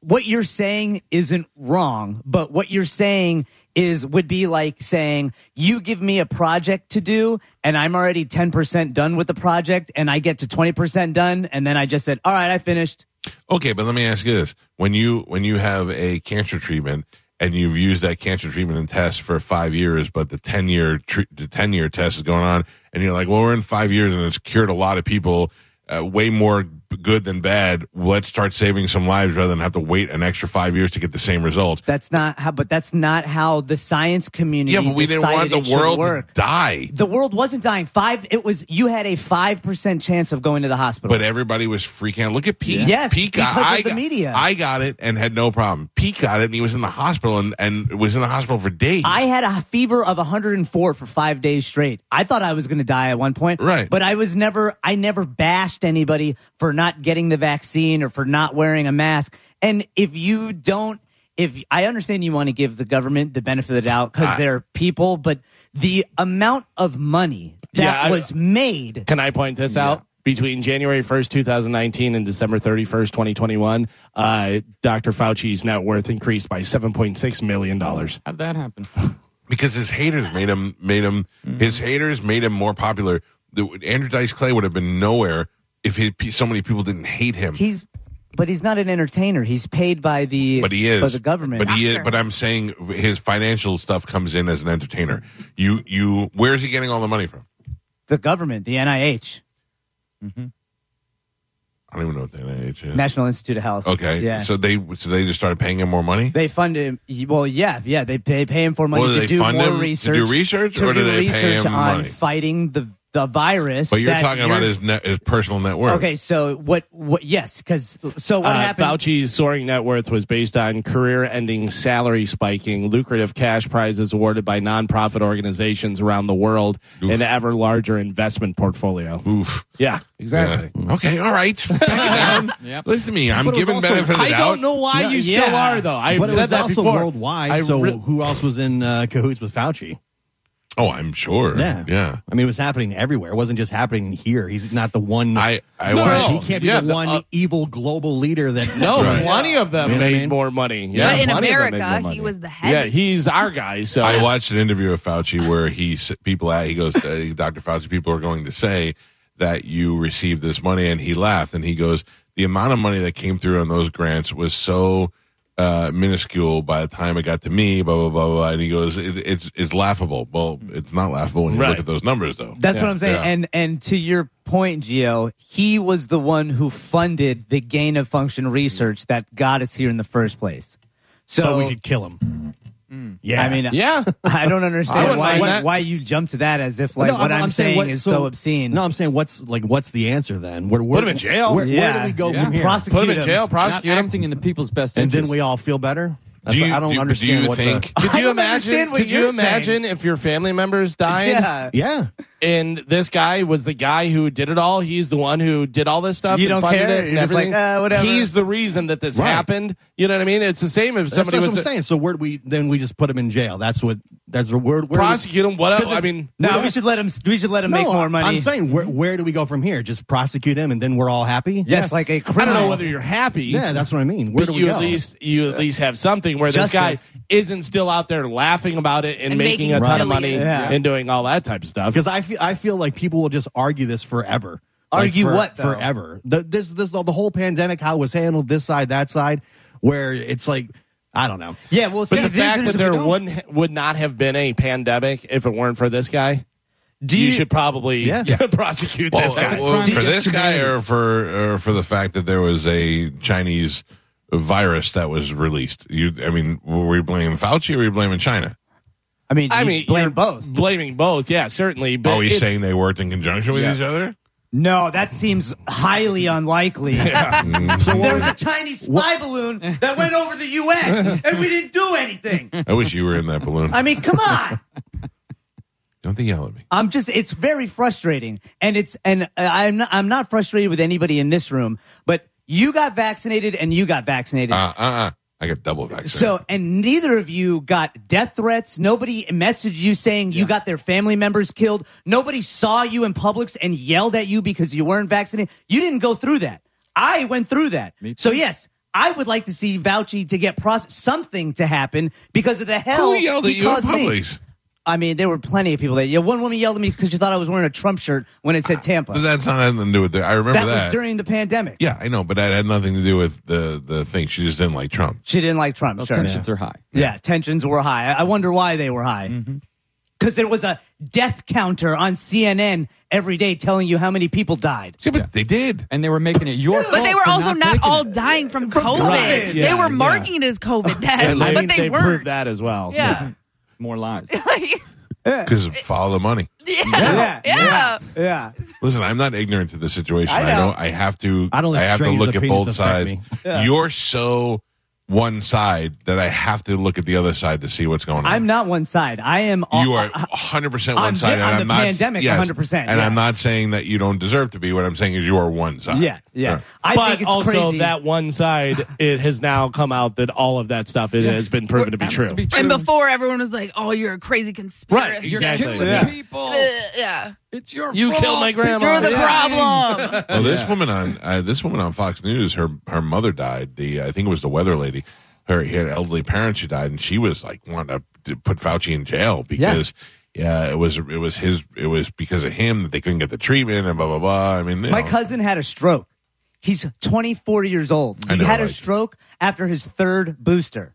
Speaker 6: what you're saying isn't wrong, but what you're saying is would be like saying you give me a project to do and I'm already 10% done with the project and I get to 20% done and then I just said, "All right, I finished."
Speaker 2: Okay, but let me ask you this: when you when you have a cancer treatment and you've used that cancer treatment and test for five years, but the ten year tre- the ten year test is going on, and you're like, well, we're in five years and it's cured a lot of people, uh, way more good than bad. Let's start saving some lives rather than have to wait an extra five years to get the same results.
Speaker 6: That's not how but that's not how the science community
Speaker 2: Yeah, but we didn't want
Speaker 6: decided it
Speaker 2: the
Speaker 6: should
Speaker 2: world
Speaker 6: work.
Speaker 2: to die.
Speaker 6: the world wasn't dying. Five. It was you had a five percent chance of going to the hospital.
Speaker 2: But everybody was freaking out. Look at Pete.
Speaker 6: Yes,
Speaker 2: Pete got,
Speaker 6: because of
Speaker 2: I
Speaker 6: the
Speaker 2: got-
Speaker 6: media.
Speaker 2: I got it and had no problem. Pete got it and he was in the hospital and, and was in the hospital for days.
Speaker 6: I had a fever of 104 for five days straight. I thought I was going to die at one point.
Speaker 2: Right.
Speaker 6: But I was never, I never bashed anybody for not getting the vaccine or for not wearing a mask. And if you don't, if I understand you want to give the government the benefit of the doubt because they're people, but the amount of money that
Speaker 3: Yeah, I-
Speaker 6: was made
Speaker 3: Can I point this out? Between January 1st, 2019 and December 31st, 2021, uh, Dr. Fauci's net worth increased by $7.6 million.
Speaker 5: How'd that happen?
Speaker 2: because his haters made him made him his haters made him more popular. The, Andrew Dice Clay would have been nowhere if he, so many people didn't hate him.
Speaker 6: he's, but he's not an entertainer. He's paid by the,
Speaker 2: but he is
Speaker 6: by the government.
Speaker 2: But he is. But I'm saying his financial stuff comes in as an entertainer. You you where's he getting all the money from?
Speaker 6: the government, the NIH.
Speaker 2: I don't even know what the NIH is.
Speaker 6: National Institute of Health.
Speaker 2: Okay,
Speaker 6: Yeah.
Speaker 2: so they so they just started paying him more money.
Speaker 6: they fund him. Well, yeah, yeah. They pay, pay him for money
Speaker 2: Well, do
Speaker 6: to
Speaker 2: they
Speaker 6: do
Speaker 2: fund
Speaker 6: more
Speaker 2: him to do
Speaker 6: research.
Speaker 2: research,
Speaker 6: to
Speaker 2: or do
Speaker 6: do
Speaker 2: they pay
Speaker 6: research
Speaker 2: him
Speaker 6: on
Speaker 2: money?
Speaker 6: fighting the the virus?
Speaker 2: but you're
Speaker 6: that
Speaker 2: talking about
Speaker 6: you're-
Speaker 2: his net, his personal net worth.
Speaker 6: Okay, so what? What? Yes, because so what
Speaker 3: uh,
Speaker 6: happened?
Speaker 3: Fauci's soaring net worth was based on career-ending salary spiking, lucrative cash prizes awarded by nonprofit organizations around the world, and an ever larger investment portfolio.
Speaker 2: Oof.
Speaker 3: Yeah, exactly.
Speaker 2: Yeah. Okay. All right. Back down.
Speaker 5: Yep.
Speaker 2: Listen to me. I'm giving benefit of the
Speaker 3: I
Speaker 2: doubt.
Speaker 3: don't know why you still
Speaker 6: yeah.
Speaker 3: are, though. I've
Speaker 4: But it
Speaker 3: said
Speaker 4: was
Speaker 3: that
Speaker 4: also
Speaker 3: before.
Speaker 4: worldwide.
Speaker 3: I
Speaker 4: so
Speaker 3: re-
Speaker 4: who else was in uh, cahoots with Fauci?
Speaker 2: Oh, I'm sure.
Speaker 4: Yeah,
Speaker 2: Yeah.
Speaker 4: I mean, it was happening everywhere. It wasn't just happening here. He's not the one.
Speaker 2: I I
Speaker 3: No.
Speaker 2: watched.
Speaker 4: he can't be
Speaker 3: Yeah,
Speaker 4: the
Speaker 3: the-
Speaker 4: one
Speaker 3: uh,
Speaker 4: evil global leader
Speaker 3: [LAUGHS]
Speaker 4: that.
Speaker 3: No,
Speaker 2: Right.
Speaker 3: plenty of them
Speaker 4: You know what I
Speaker 3: made
Speaker 4: mean?
Speaker 3: more money. Yeah,
Speaker 8: But in
Speaker 3: plenty of them made
Speaker 8: America,
Speaker 3: more
Speaker 8: he
Speaker 3: money.
Speaker 8: was the head.
Speaker 3: Yeah, he's our guy. So
Speaker 2: I watched an interview with Fauci where he s- people at he goes, uh, Dr. Fauci, people are going to say that you received this money, and he laughed and he goes, the amount of money that came through on those grants was so uh, minuscule by the time it got to me, blah blah blah blah, and he goes, it, it's it's laughable. Well, it's not laughable when you look
Speaker 3: Right.
Speaker 2: at those numbers, though.
Speaker 6: That's what I'm saying.
Speaker 2: Yeah.
Speaker 6: And and to your point, Gio, he was the one who funded the gain of function research that got us here in the first place.
Speaker 4: So we should kill him. Yeah.
Speaker 6: Hmm. I mean,
Speaker 3: Yeah.
Speaker 6: I don't
Speaker 3: I
Speaker 6: understand
Speaker 3: wouldn't
Speaker 6: why
Speaker 3: mind
Speaker 6: why,
Speaker 3: that.
Speaker 6: why you jump to that as if like
Speaker 4: No,
Speaker 6: what I'm, saying
Speaker 4: what-
Speaker 6: is so, obscene.
Speaker 4: No, I'm saying what's like what's the answer then? Where, where,
Speaker 3: Put him in jail.
Speaker 4: Where, where
Speaker 6: Yeah.
Speaker 4: do we go
Speaker 5: Yeah.
Speaker 4: from here?
Speaker 6: Prosecute
Speaker 3: [LAUGHS] Put him in
Speaker 6: him.
Speaker 3: jail.
Speaker 5: Not
Speaker 3: Prosecute him.
Speaker 5: acting in the people's best
Speaker 4: and then
Speaker 5: interest.
Speaker 4: we all feel better. That's
Speaker 2: Do you,
Speaker 4: what- I don't
Speaker 2: do,
Speaker 4: understand.
Speaker 2: do you
Speaker 4: what the-
Speaker 2: think?
Speaker 3: Could
Speaker 6: I
Speaker 3: you
Speaker 6: don't
Speaker 3: imagine?
Speaker 6: understand what
Speaker 3: Could you
Speaker 6: you're
Speaker 3: imagine if your family members died
Speaker 6: [LAUGHS] yeah.
Speaker 4: yeah,
Speaker 3: and this guy was the guy who did it all? He's the one who did all this stuff.
Speaker 6: You
Speaker 3: and
Speaker 6: don't
Speaker 3: funded
Speaker 6: care?
Speaker 3: It and
Speaker 6: You're just like,
Speaker 3: everything.
Speaker 6: uh, whatever.
Speaker 3: He's the reason that this
Speaker 4: Right.
Speaker 3: happened. You know what I mean? It's the same if
Speaker 4: that's,
Speaker 3: somebody
Speaker 4: that's what I'm
Speaker 3: was to
Speaker 4: saying. So where do we then we just put him in jail? That's what that's the word. Where
Speaker 3: prosecute him. What?
Speaker 4: 'Cause
Speaker 3: I
Speaker 4: it's-
Speaker 3: mean,
Speaker 6: No, we should let him. We should let him
Speaker 4: no,
Speaker 6: make more money.
Speaker 4: I'm saying where where do we go from here? Just prosecute him and then we're all happy.
Speaker 6: yes, like a
Speaker 3: I
Speaker 6: criminal.
Speaker 3: don't know whether you're happy.
Speaker 4: yeah, that's what I mean. Where
Speaker 3: but
Speaker 4: do we
Speaker 3: you
Speaker 4: go?
Speaker 3: at least you at least have something where this
Speaker 6: Justice.
Speaker 3: guy isn't still out there laughing about it and,
Speaker 8: And
Speaker 3: making,
Speaker 8: making
Speaker 3: a ton of money
Speaker 8: millions.
Speaker 6: Yeah.
Speaker 3: and doing all that type of stuff.
Speaker 4: because I feel I feel like people will just argue this forever. Like,
Speaker 6: Argue
Speaker 4: for-
Speaker 6: what, though?
Speaker 4: forever? The, this this the, whole pandemic, how it was handled, this side, that side, where it's like I don't know.
Speaker 6: Yeah, well, see,
Speaker 3: But the
Speaker 6: these
Speaker 3: fact
Speaker 6: are
Speaker 3: that
Speaker 6: some-
Speaker 3: there wouldn't would not have been a pandemic if it weren't for this guy,
Speaker 6: Do
Speaker 3: you,
Speaker 6: you-
Speaker 3: should probably
Speaker 4: Yeah.
Speaker 3: [LAUGHS] prosecute this guy.
Speaker 2: well,
Speaker 5: crime
Speaker 2: for
Speaker 5: against
Speaker 2: this guy or for or for the fact that there was a Chinese virus that was released. You, I mean, were we blaming Fauci or were we blaming China?
Speaker 6: I mean,
Speaker 3: I
Speaker 6: you
Speaker 3: mean,
Speaker 6: blame
Speaker 3: you're
Speaker 6: both.
Speaker 3: Blaming both, yeah, certainly. But
Speaker 2: oh, he's
Speaker 3: it's-
Speaker 2: saying they worked in conjunction with
Speaker 5: Yeah.
Speaker 2: each other.
Speaker 6: No, that seems highly unlikely. [LAUGHS]
Speaker 3: Mm.
Speaker 6: there was a Chinese spy balloon that went over the U.S.
Speaker 3: [LAUGHS]
Speaker 6: and we didn't do anything.
Speaker 2: I wish you were in that balloon.
Speaker 6: I mean, come on.
Speaker 2: Don't they yell at me?
Speaker 6: I'm just it's very frustrating and it's and I'm not, I'm not frustrated with anybody in this room, but you got vaccinated and you got vaccinated.
Speaker 2: Uh, uh, uh. I got double vaccinated.
Speaker 6: so and neither of you got death threats. Nobody messaged you saying you got their family members killed. Nobody saw you in Publix and yelled at you because you weren't vaccinated. You didn't go through that. I went through that. So yes, I would like to see Fauci to get process something to happen because of the hell
Speaker 2: who yelled at
Speaker 6: he
Speaker 2: you in
Speaker 6: caused me.
Speaker 2: Publix?
Speaker 6: I mean, there were plenty of people that. Yeah, one woman yelled at me because she thought I was wearing a Trump shirt when it said Tampa. That,
Speaker 2: That's not had nothing to do with it. Ah, I remember that.
Speaker 6: was during the pandemic.
Speaker 2: yeah, I know, but that had nothing to do with the the thing. She just didn't like Trump.
Speaker 6: She didn't like Trump.
Speaker 5: Well,
Speaker 6: sure.
Speaker 5: tensions are high.
Speaker 6: Yeah, tensions were high. I I wonder why they were high. Because there was a death counter on CNN every day telling you how many people died.
Speaker 2: Yeah, but they did.
Speaker 5: And they were making it your fault.
Speaker 8: But they were
Speaker 5: for
Speaker 8: also not,
Speaker 5: taking
Speaker 8: all
Speaker 5: it.
Speaker 8: dying from COVID.
Speaker 6: COVID.
Speaker 8: they
Speaker 3: Yeah,
Speaker 8: were
Speaker 3: yeah.
Speaker 8: marking it
Speaker 3: [LAUGHS]
Speaker 8: as COVID
Speaker 3: I
Speaker 8: then,
Speaker 3: mean,
Speaker 8: but they,
Speaker 3: they
Speaker 8: weren't.
Speaker 3: proved that as well.
Speaker 8: Yeah.
Speaker 3: [LAUGHS]
Speaker 5: More lies.
Speaker 8: [LAUGHS] Like,
Speaker 2: Because follow the money.
Speaker 8: yeah.
Speaker 6: Yeah.
Speaker 8: Yeah.
Speaker 6: Yeah.
Speaker 2: Listen, I'm not ignorant to the situation. I
Speaker 6: I
Speaker 2: know. I,
Speaker 6: know.
Speaker 2: have to. I
Speaker 4: I don't
Speaker 2: don't. I
Speaker 4: let
Speaker 2: have to
Speaker 4: strangers'
Speaker 2: look at
Speaker 4: opinions
Speaker 2: both
Speaker 4: affect
Speaker 2: sides.
Speaker 4: me.
Speaker 2: You're so one side that I have to look at the other side to see what's going on.
Speaker 6: I'm not one side. I am. all-
Speaker 2: You are 100 percent
Speaker 6: on
Speaker 2: one
Speaker 6: the-
Speaker 2: side, and
Speaker 6: on the
Speaker 2: I'm not
Speaker 6: pandemic, 100%,
Speaker 2: And
Speaker 6: yeah.
Speaker 2: I'm not saying that you don't deserve to be. What I'm saying is you are one side.
Speaker 6: [LAUGHS] yeah. Yeah. I
Speaker 3: but
Speaker 6: think it's
Speaker 3: also
Speaker 6: crazy.
Speaker 3: that one
Speaker 6: [LAUGHS]
Speaker 3: side, it has now come out that all of that stuff it has been proven to be
Speaker 5: Happens
Speaker 3: true.
Speaker 5: to be
Speaker 8: And before everyone was like, "Oh, you're a crazy conspiracy."
Speaker 5: You're
Speaker 8: [LAUGHS]
Speaker 3: Exactly.
Speaker 5: killing
Speaker 3: Yeah.
Speaker 5: people.
Speaker 8: Uh, yeah.
Speaker 5: It's your
Speaker 3: You
Speaker 5: fault.
Speaker 3: killed my grandma.
Speaker 8: You're the
Speaker 3: Yeah. [LAUGHS]
Speaker 8: problem.
Speaker 2: Well, this woman on uh, this woman on Fox News, her her mother died. The I think it was the weather lady. Her he had elderly parents who died, and she was like wanting to, to put Fauci in jail because yeah. it was it was his it was because of him that they couldn't get the treatment and blah blah blah. I mean, you
Speaker 6: My
Speaker 2: know.
Speaker 6: cousin had a stroke. He's 24 years old.
Speaker 2: I
Speaker 6: He
Speaker 2: know,
Speaker 6: had a
Speaker 2: right?
Speaker 6: stroke after his third booster.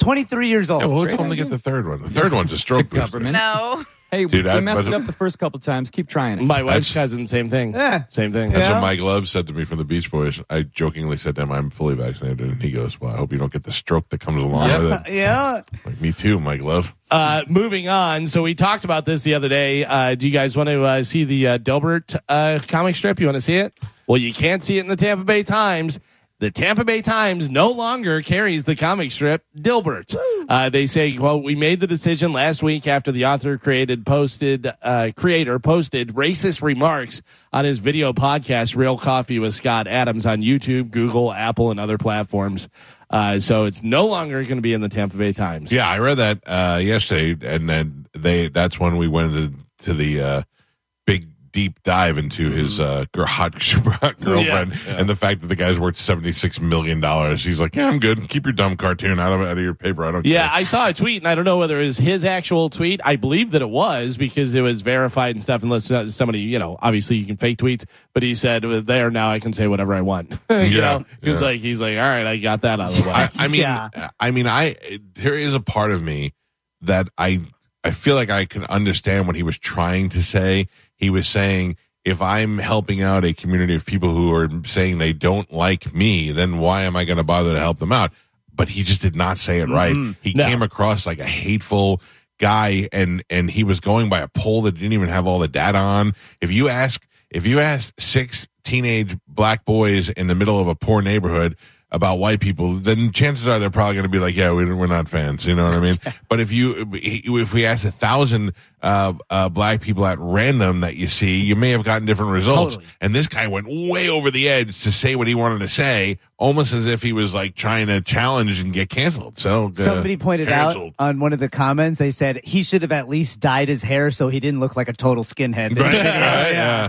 Speaker 6: 23 years old.
Speaker 2: Yeah, well, who told him to get the third one? The third one's a stroke booster.
Speaker 5: government.
Speaker 8: no.
Speaker 5: Hey,
Speaker 2: Dude,
Speaker 5: we
Speaker 2: I-
Speaker 5: messed it
Speaker 2: but-
Speaker 5: up the first couple times. Keep trying it.
Speaker 3: My wife's
Speaker 2: That's-
Speaker 3: cousin, same thing.
Speaker 6: Yeah.
Speaker 3: Same thing.
Speaker 2: That's
Speaker 6: Yeah.
Speaker 2: what Mike Love said to me from the Beach Boys. I jokingly said to him, "I'm fully vaccinated," and he goes, "Well, I hope you don't get the stroke that comes along with it."
Speaker 6: Yeah.
Speaker 2: Like me too, Mike Love.
Speaker 3: Uh, moving on. So we talked about this the other day. Uh, do you guys want to uh, see the uh, Delbert uh, comic strip? You want to see it? Well, you can't see it in the Tampa Bay Times. The Tampa Bay Times no longer carries the comic strip Dilbert. Uh, they say, "Well, we made the decision last week after the author created posted uh, creator posted racist remarks on his video podcast Real Coffee with Scott Adams on YouTube, Google, Apple, and other platforms." Uh, so it's no longer going to be in the Tampa Bay Times.
Speaker 2: Yeah, I read that uh, yesterday, and then they—that's when we went to the, to the uh, big deep dive into his uh, gr- hot [LAUGHS] girlfriend and the fact that the guy's worth seventy-six million dollars. He's like, "Yeah, I'm good. Keep your dumb cartoon out of out of your paper. I don't
Speaker 3: Yeah,
Speaker 2: care."
Speaker 3: I saw a tweet, and I don't know whether it was his actual tweet. I believe that it was because it was verified and stuff. Unless uh, somebody, you know, obviously you can fake tweets, but he said "Well, there now I can say whatever I want. [LAUGHS] you
Speaker 2: Yeah,
Speaker 3: know, because
Speaker 2: yeah.
Speaker 3: like he's like, all right, I got that out of the way.
Speaker 2: I, I mean,
Speaker 6: Yeah.
Speaker 2: I mean, I there is a part of me that I I feel like I can understand what he was trying to say. He was saying, if I'm helping out a community of people who are saying they don't like me, then why am I going to bother to help them out? but he just did not say it right. He
Speaker 3: No.
Speaker 2: came across like a hateful guy and and he was going by a poll that didn't even have all the data on. If you ask if you ask six teenage black boys in the middle of a poor neighborhood about white people, then chances are they're probably going to be like, yeah, we, we're not fans. You know what I
Speaker 6: [LAUGHS]
Speaker 2: mean? But if you, if we asked a thousand uh, uh, black people at random that you see, you may have gotten different results. And this guy went way over the edge to say what he wanted to say, almost as if he was like trying to challenge and get canceled. So uh,
Speaker 6: Somebody pointed
Speaker 2: canceled.
Speaker 6: out uh, on one of the comments, they said he should have at least dyed his hair so he didn't look like a total skinhead.
Speaker 2: [LAUGHS] Right,
Speaker 6: [LAUGHS]
Speaker 2: right, yeah.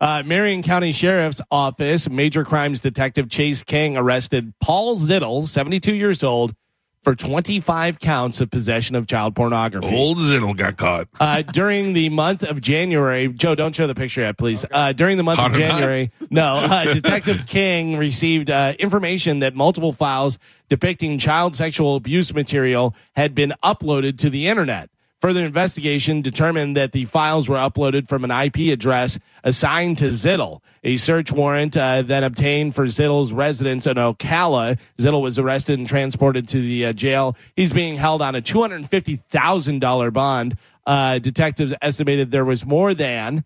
Speaker 3: Uh, Marion County Sheriff's Office Major Crimes Detective Chase King arrested Paul Zittle, 72 years old, for 25 counts of possession of child pornography.
Speaker 2: Old Zinnel got caught.
Speaker 3: Uh, during the month of January, Joe, don't show the picture yet, please. Uh, during the month
Speaker 2: Hot
Speaker 3: of
Speaker 2: or not?
Speaker 3: January, no,
Speaker 2: [LAUGHS]
Speaker 3: uh, Detective King received uh, information that multiple files depicting child sexual abuse material had been uploaded to the internet. Further investigation determined that the files were uploaded from an IP address assigned to Zittle. A search warrant uh, then obtained for Zittle's residence in Ocala. Zittle was arrested and transported to the uh, jail. He's being held on a $250,000 bond. Uh, detectives estimated there was more than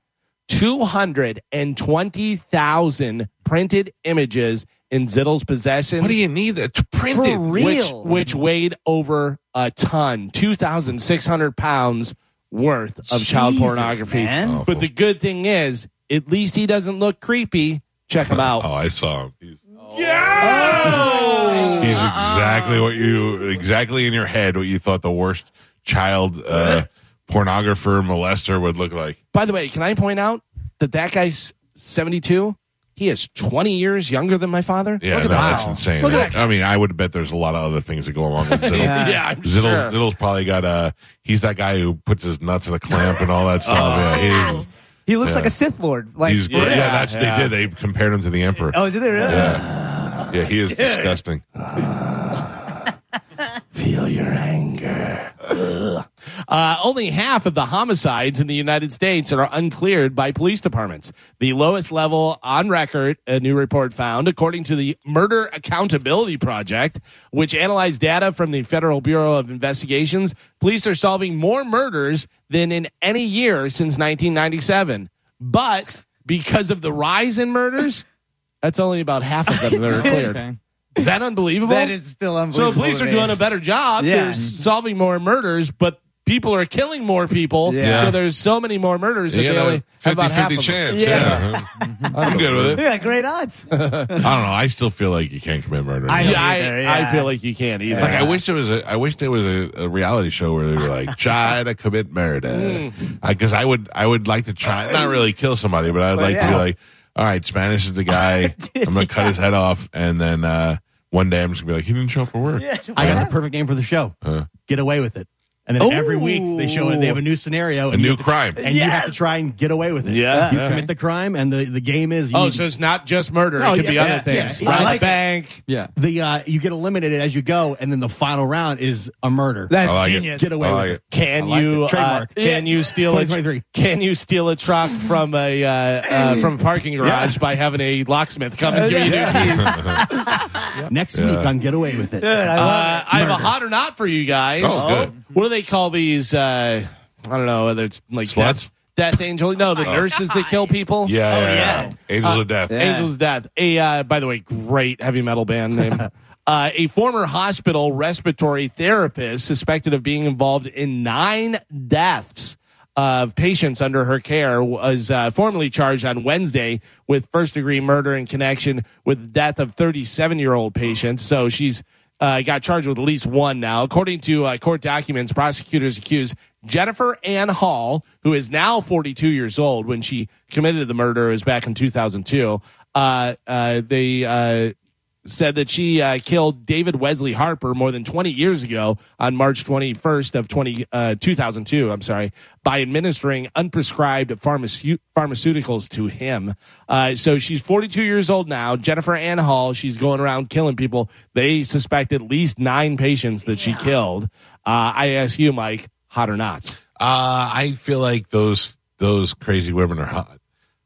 Speaker 3: 220,000 printed images in Zittle's possession
Speaker 2: What do you need that to print
Speaker 6: For
Speaker 2: it?
Speaker 6: real.
Speaker 3: which weighed over a ton, 2,600 pounds worth of child
Speaker 6: Jesus,
Speaker 3: pornography.
Speaker 6: man.
Speaker 3: But the good thing is, at least he doesn't look creepy. Check him out.
Speaker 2: Oh, I saw him. He's,
Speaker 3: Oh!
Speaker 2: yeah, he's
Speaker 3: Uh-uh.
Speaker 2: exactly what you exactly in your head what you thought the worst child
Speaker 3: [LAUGHS]
Speaker 2: uh, pornographer molester would look like.
Speaker 3: By the way, can I point out that that guy's 72? He is 20 years younger than my father.
Speaker 2: Yeah, no,
Speaker 3: Look at that.
Speaker 2: that's insane.
Speaker 3: Look at
Speaker 2: I mean, I would bet there's a lot of other things that go along with Zittle.
Speaker 3: [LAUGHS] Yeah, I'm
Speaker 2: Zittle,
Speaker 3: sure.
Speaker 2: Zittle's probably got a. He's that guy who puts his nuts in a clamp and all
Speaker 3: [LAUGHS]
Speaker 2: that stuff. yeah, he's,
Speaker 6: He looks
Speaker 2: Yeah.
Speaker 6: like a Sith Lord. Like,
Speaker 2: he's great. Yeah,
Speaker 3: Oh, Yeah,
Speaker 2: that's
Speaker 3: yeah.
Speaker 2: they did. They compared him to the emperor.
Speaker 6: oh, did they really?
Speaker 2: Yeah, he is disgusting.
Speaker 3: Feel your anger. Ugh. uh, only half of the homicides in the United States are uncleared by police departments. The lowest level on record, a new report found, according to the Murder Accountability Project, which analyzed data from the Federal Bureau of Investigations, police are solving more murders than in any year since 1997. But because of the rise in murders, that's only about half of them
Speaker 6: [LAUGHS]
Speaker 3: that are cleared.
Speaker 5: Okay.
Speaker 3: Is that unbelievable?
Speaker 6: That is still [LAUGHS]
Speaker 3: So
Speaker 6: unbelievable.
Speaker 3: the police
Speaker 6: to
Speaker 3: are
Speaker 6: me.
Speaker 3: doing a better job.
Speaker 6: Yeah.
Speaker 3: They're s- solving more murders, but people are killing more people.
Speaker 6: Yeah.
Speaker 3: So there's so many more murders that
Speaker 2: You
Speaker 3: they
Speaker 2: know,
Speaker 3: only have about
Speaker 2: 50-50
Speaker 3: half of them.
Speaker 2: chance.
Speaker 6: Yeah.
Speaker 2: Yeah. [LAUGHS] I'm good with it.
Speaker 6: Yeah, great odds.
Speaker 2: I don't know. I still feel like you can't commit murder.
Speaker 6: I-
Speaker 3: Yeah, I,
Speaker 6: Either, yeah.
Speaker 3: I feel like you can't either.
Speaker 2: Like I wish there was a I wish there was a, a reality show where they were
Speaker 6: [LAUGHS]
Speaker 2: like try to commit murder because I would I would like to try not really kill somebody but I'd like to
Speaker 6: yeah.
Speaker 2: be like all right Spanish
Speaker 6: [LAUGHS]
Speaker 2: is the guy I'm gonna cut his head off and then uh, one day I'm just gonna be like he didn't show up for work
Speaker 4: I got the perfect name for the show. Get away with it. And then every week they show they have a new scenario,
Speaker 2: a
Speaker 4: and you
Speaker 2: new
Speaker 4: have to-
Speaker 6: [LAUGHS]
Speaker 2: crime
Speaker 4: and you have to try and get away with it.
Speaker 3: Yeah.
Speaker 4: you
Speaker 3: Okay.
Speaker 4: commit the crime, and the, the game is you
Speaker 3: oh,
Speaker 4: need-
Speaker 3: so it's not just murder.
Speaker 4: Oh,
Speaker 3: it could
Speaker 4: yeah,
Speaker 3: be
Speaker 4: yeah,
Speaker 3: other things.
Speaker 4: yeah. I
Speaker 3: Rob
Speaker 4: like it.
Speaker 3: bank.
Speaker 5: Yeah.
Speaker 4: the uh, you get eliminated as you go, and then the final round is a murder.
Speaker 6: That's
Speaker 2: Oh, I like it.
Speaker 6: genius.
Speaker 2: [LAUGHS]
Speaker 4: get away
Speaker 2: I
Speaker 4: with
Speaker 2: like
Speaker 4: it.
Speaker 2: it.
Speaker 3: Can
Speaker 5: like
Speaker 3: you
Speaker 4: it. Trademark.
Speaker 3: uh, can you steal a
Speaker 4: 2023.
Speaker 3: can you steal a truck from a uh, uh, from a parking garage by having a locksmith come and give you new keys?
Speaker 6: Oh,
Speaker 4: Next week on Get Away with It.
Speaker 3: Uh, I have a hot or not for you guys.
Speaker 2: Oh, good.
Speaker 3: What do they call these? Uh, I don't know whether it's like
Speaker 2: Sluts?
Speaker 3: death, death angel. No, the
Speaker 8: Oh.
Speaker 3: nurses that kill people. Oh,
Speaker 2: yeah, yeah,
Speaker 6: yeah. Uh,
Speaker 2: yeah. Angels of Death
Speaker 5: Yeah.
Speaker 3: Angels of Death. A uh, by the way, great heavy metal
Speaker 2: [LAUGHS]
Speaker 3: band name. uh, a former hospital respiratory therapist suspected of being involved in nine deaths of patients under her care was uh, formally charged on Wednesday with first degree murder in connection with the death of 37 year old patient. So she's uh, got charged with at least one now. According to uh, court documents, prosecutors accused Jennifer Ann Hall, who is now 42 years old when she committed the murder, it was back in 2002. Uh, uh, they uh, said that she uh, killed David Wesley Harper more than 20 years ago on March 21st of 20, uh, 2002. I'm sorry, by administering unprescribed pharmace- pharmaceuticals to him. Uh, so she's 42 years old now. Jennifer Ann Hall. She's going around killing people. They suspect at least nine patients that she killed. Uh, I ask you, Mike, hot or not?
Speaker 2: Uh, I feel like those those crazy women are hot.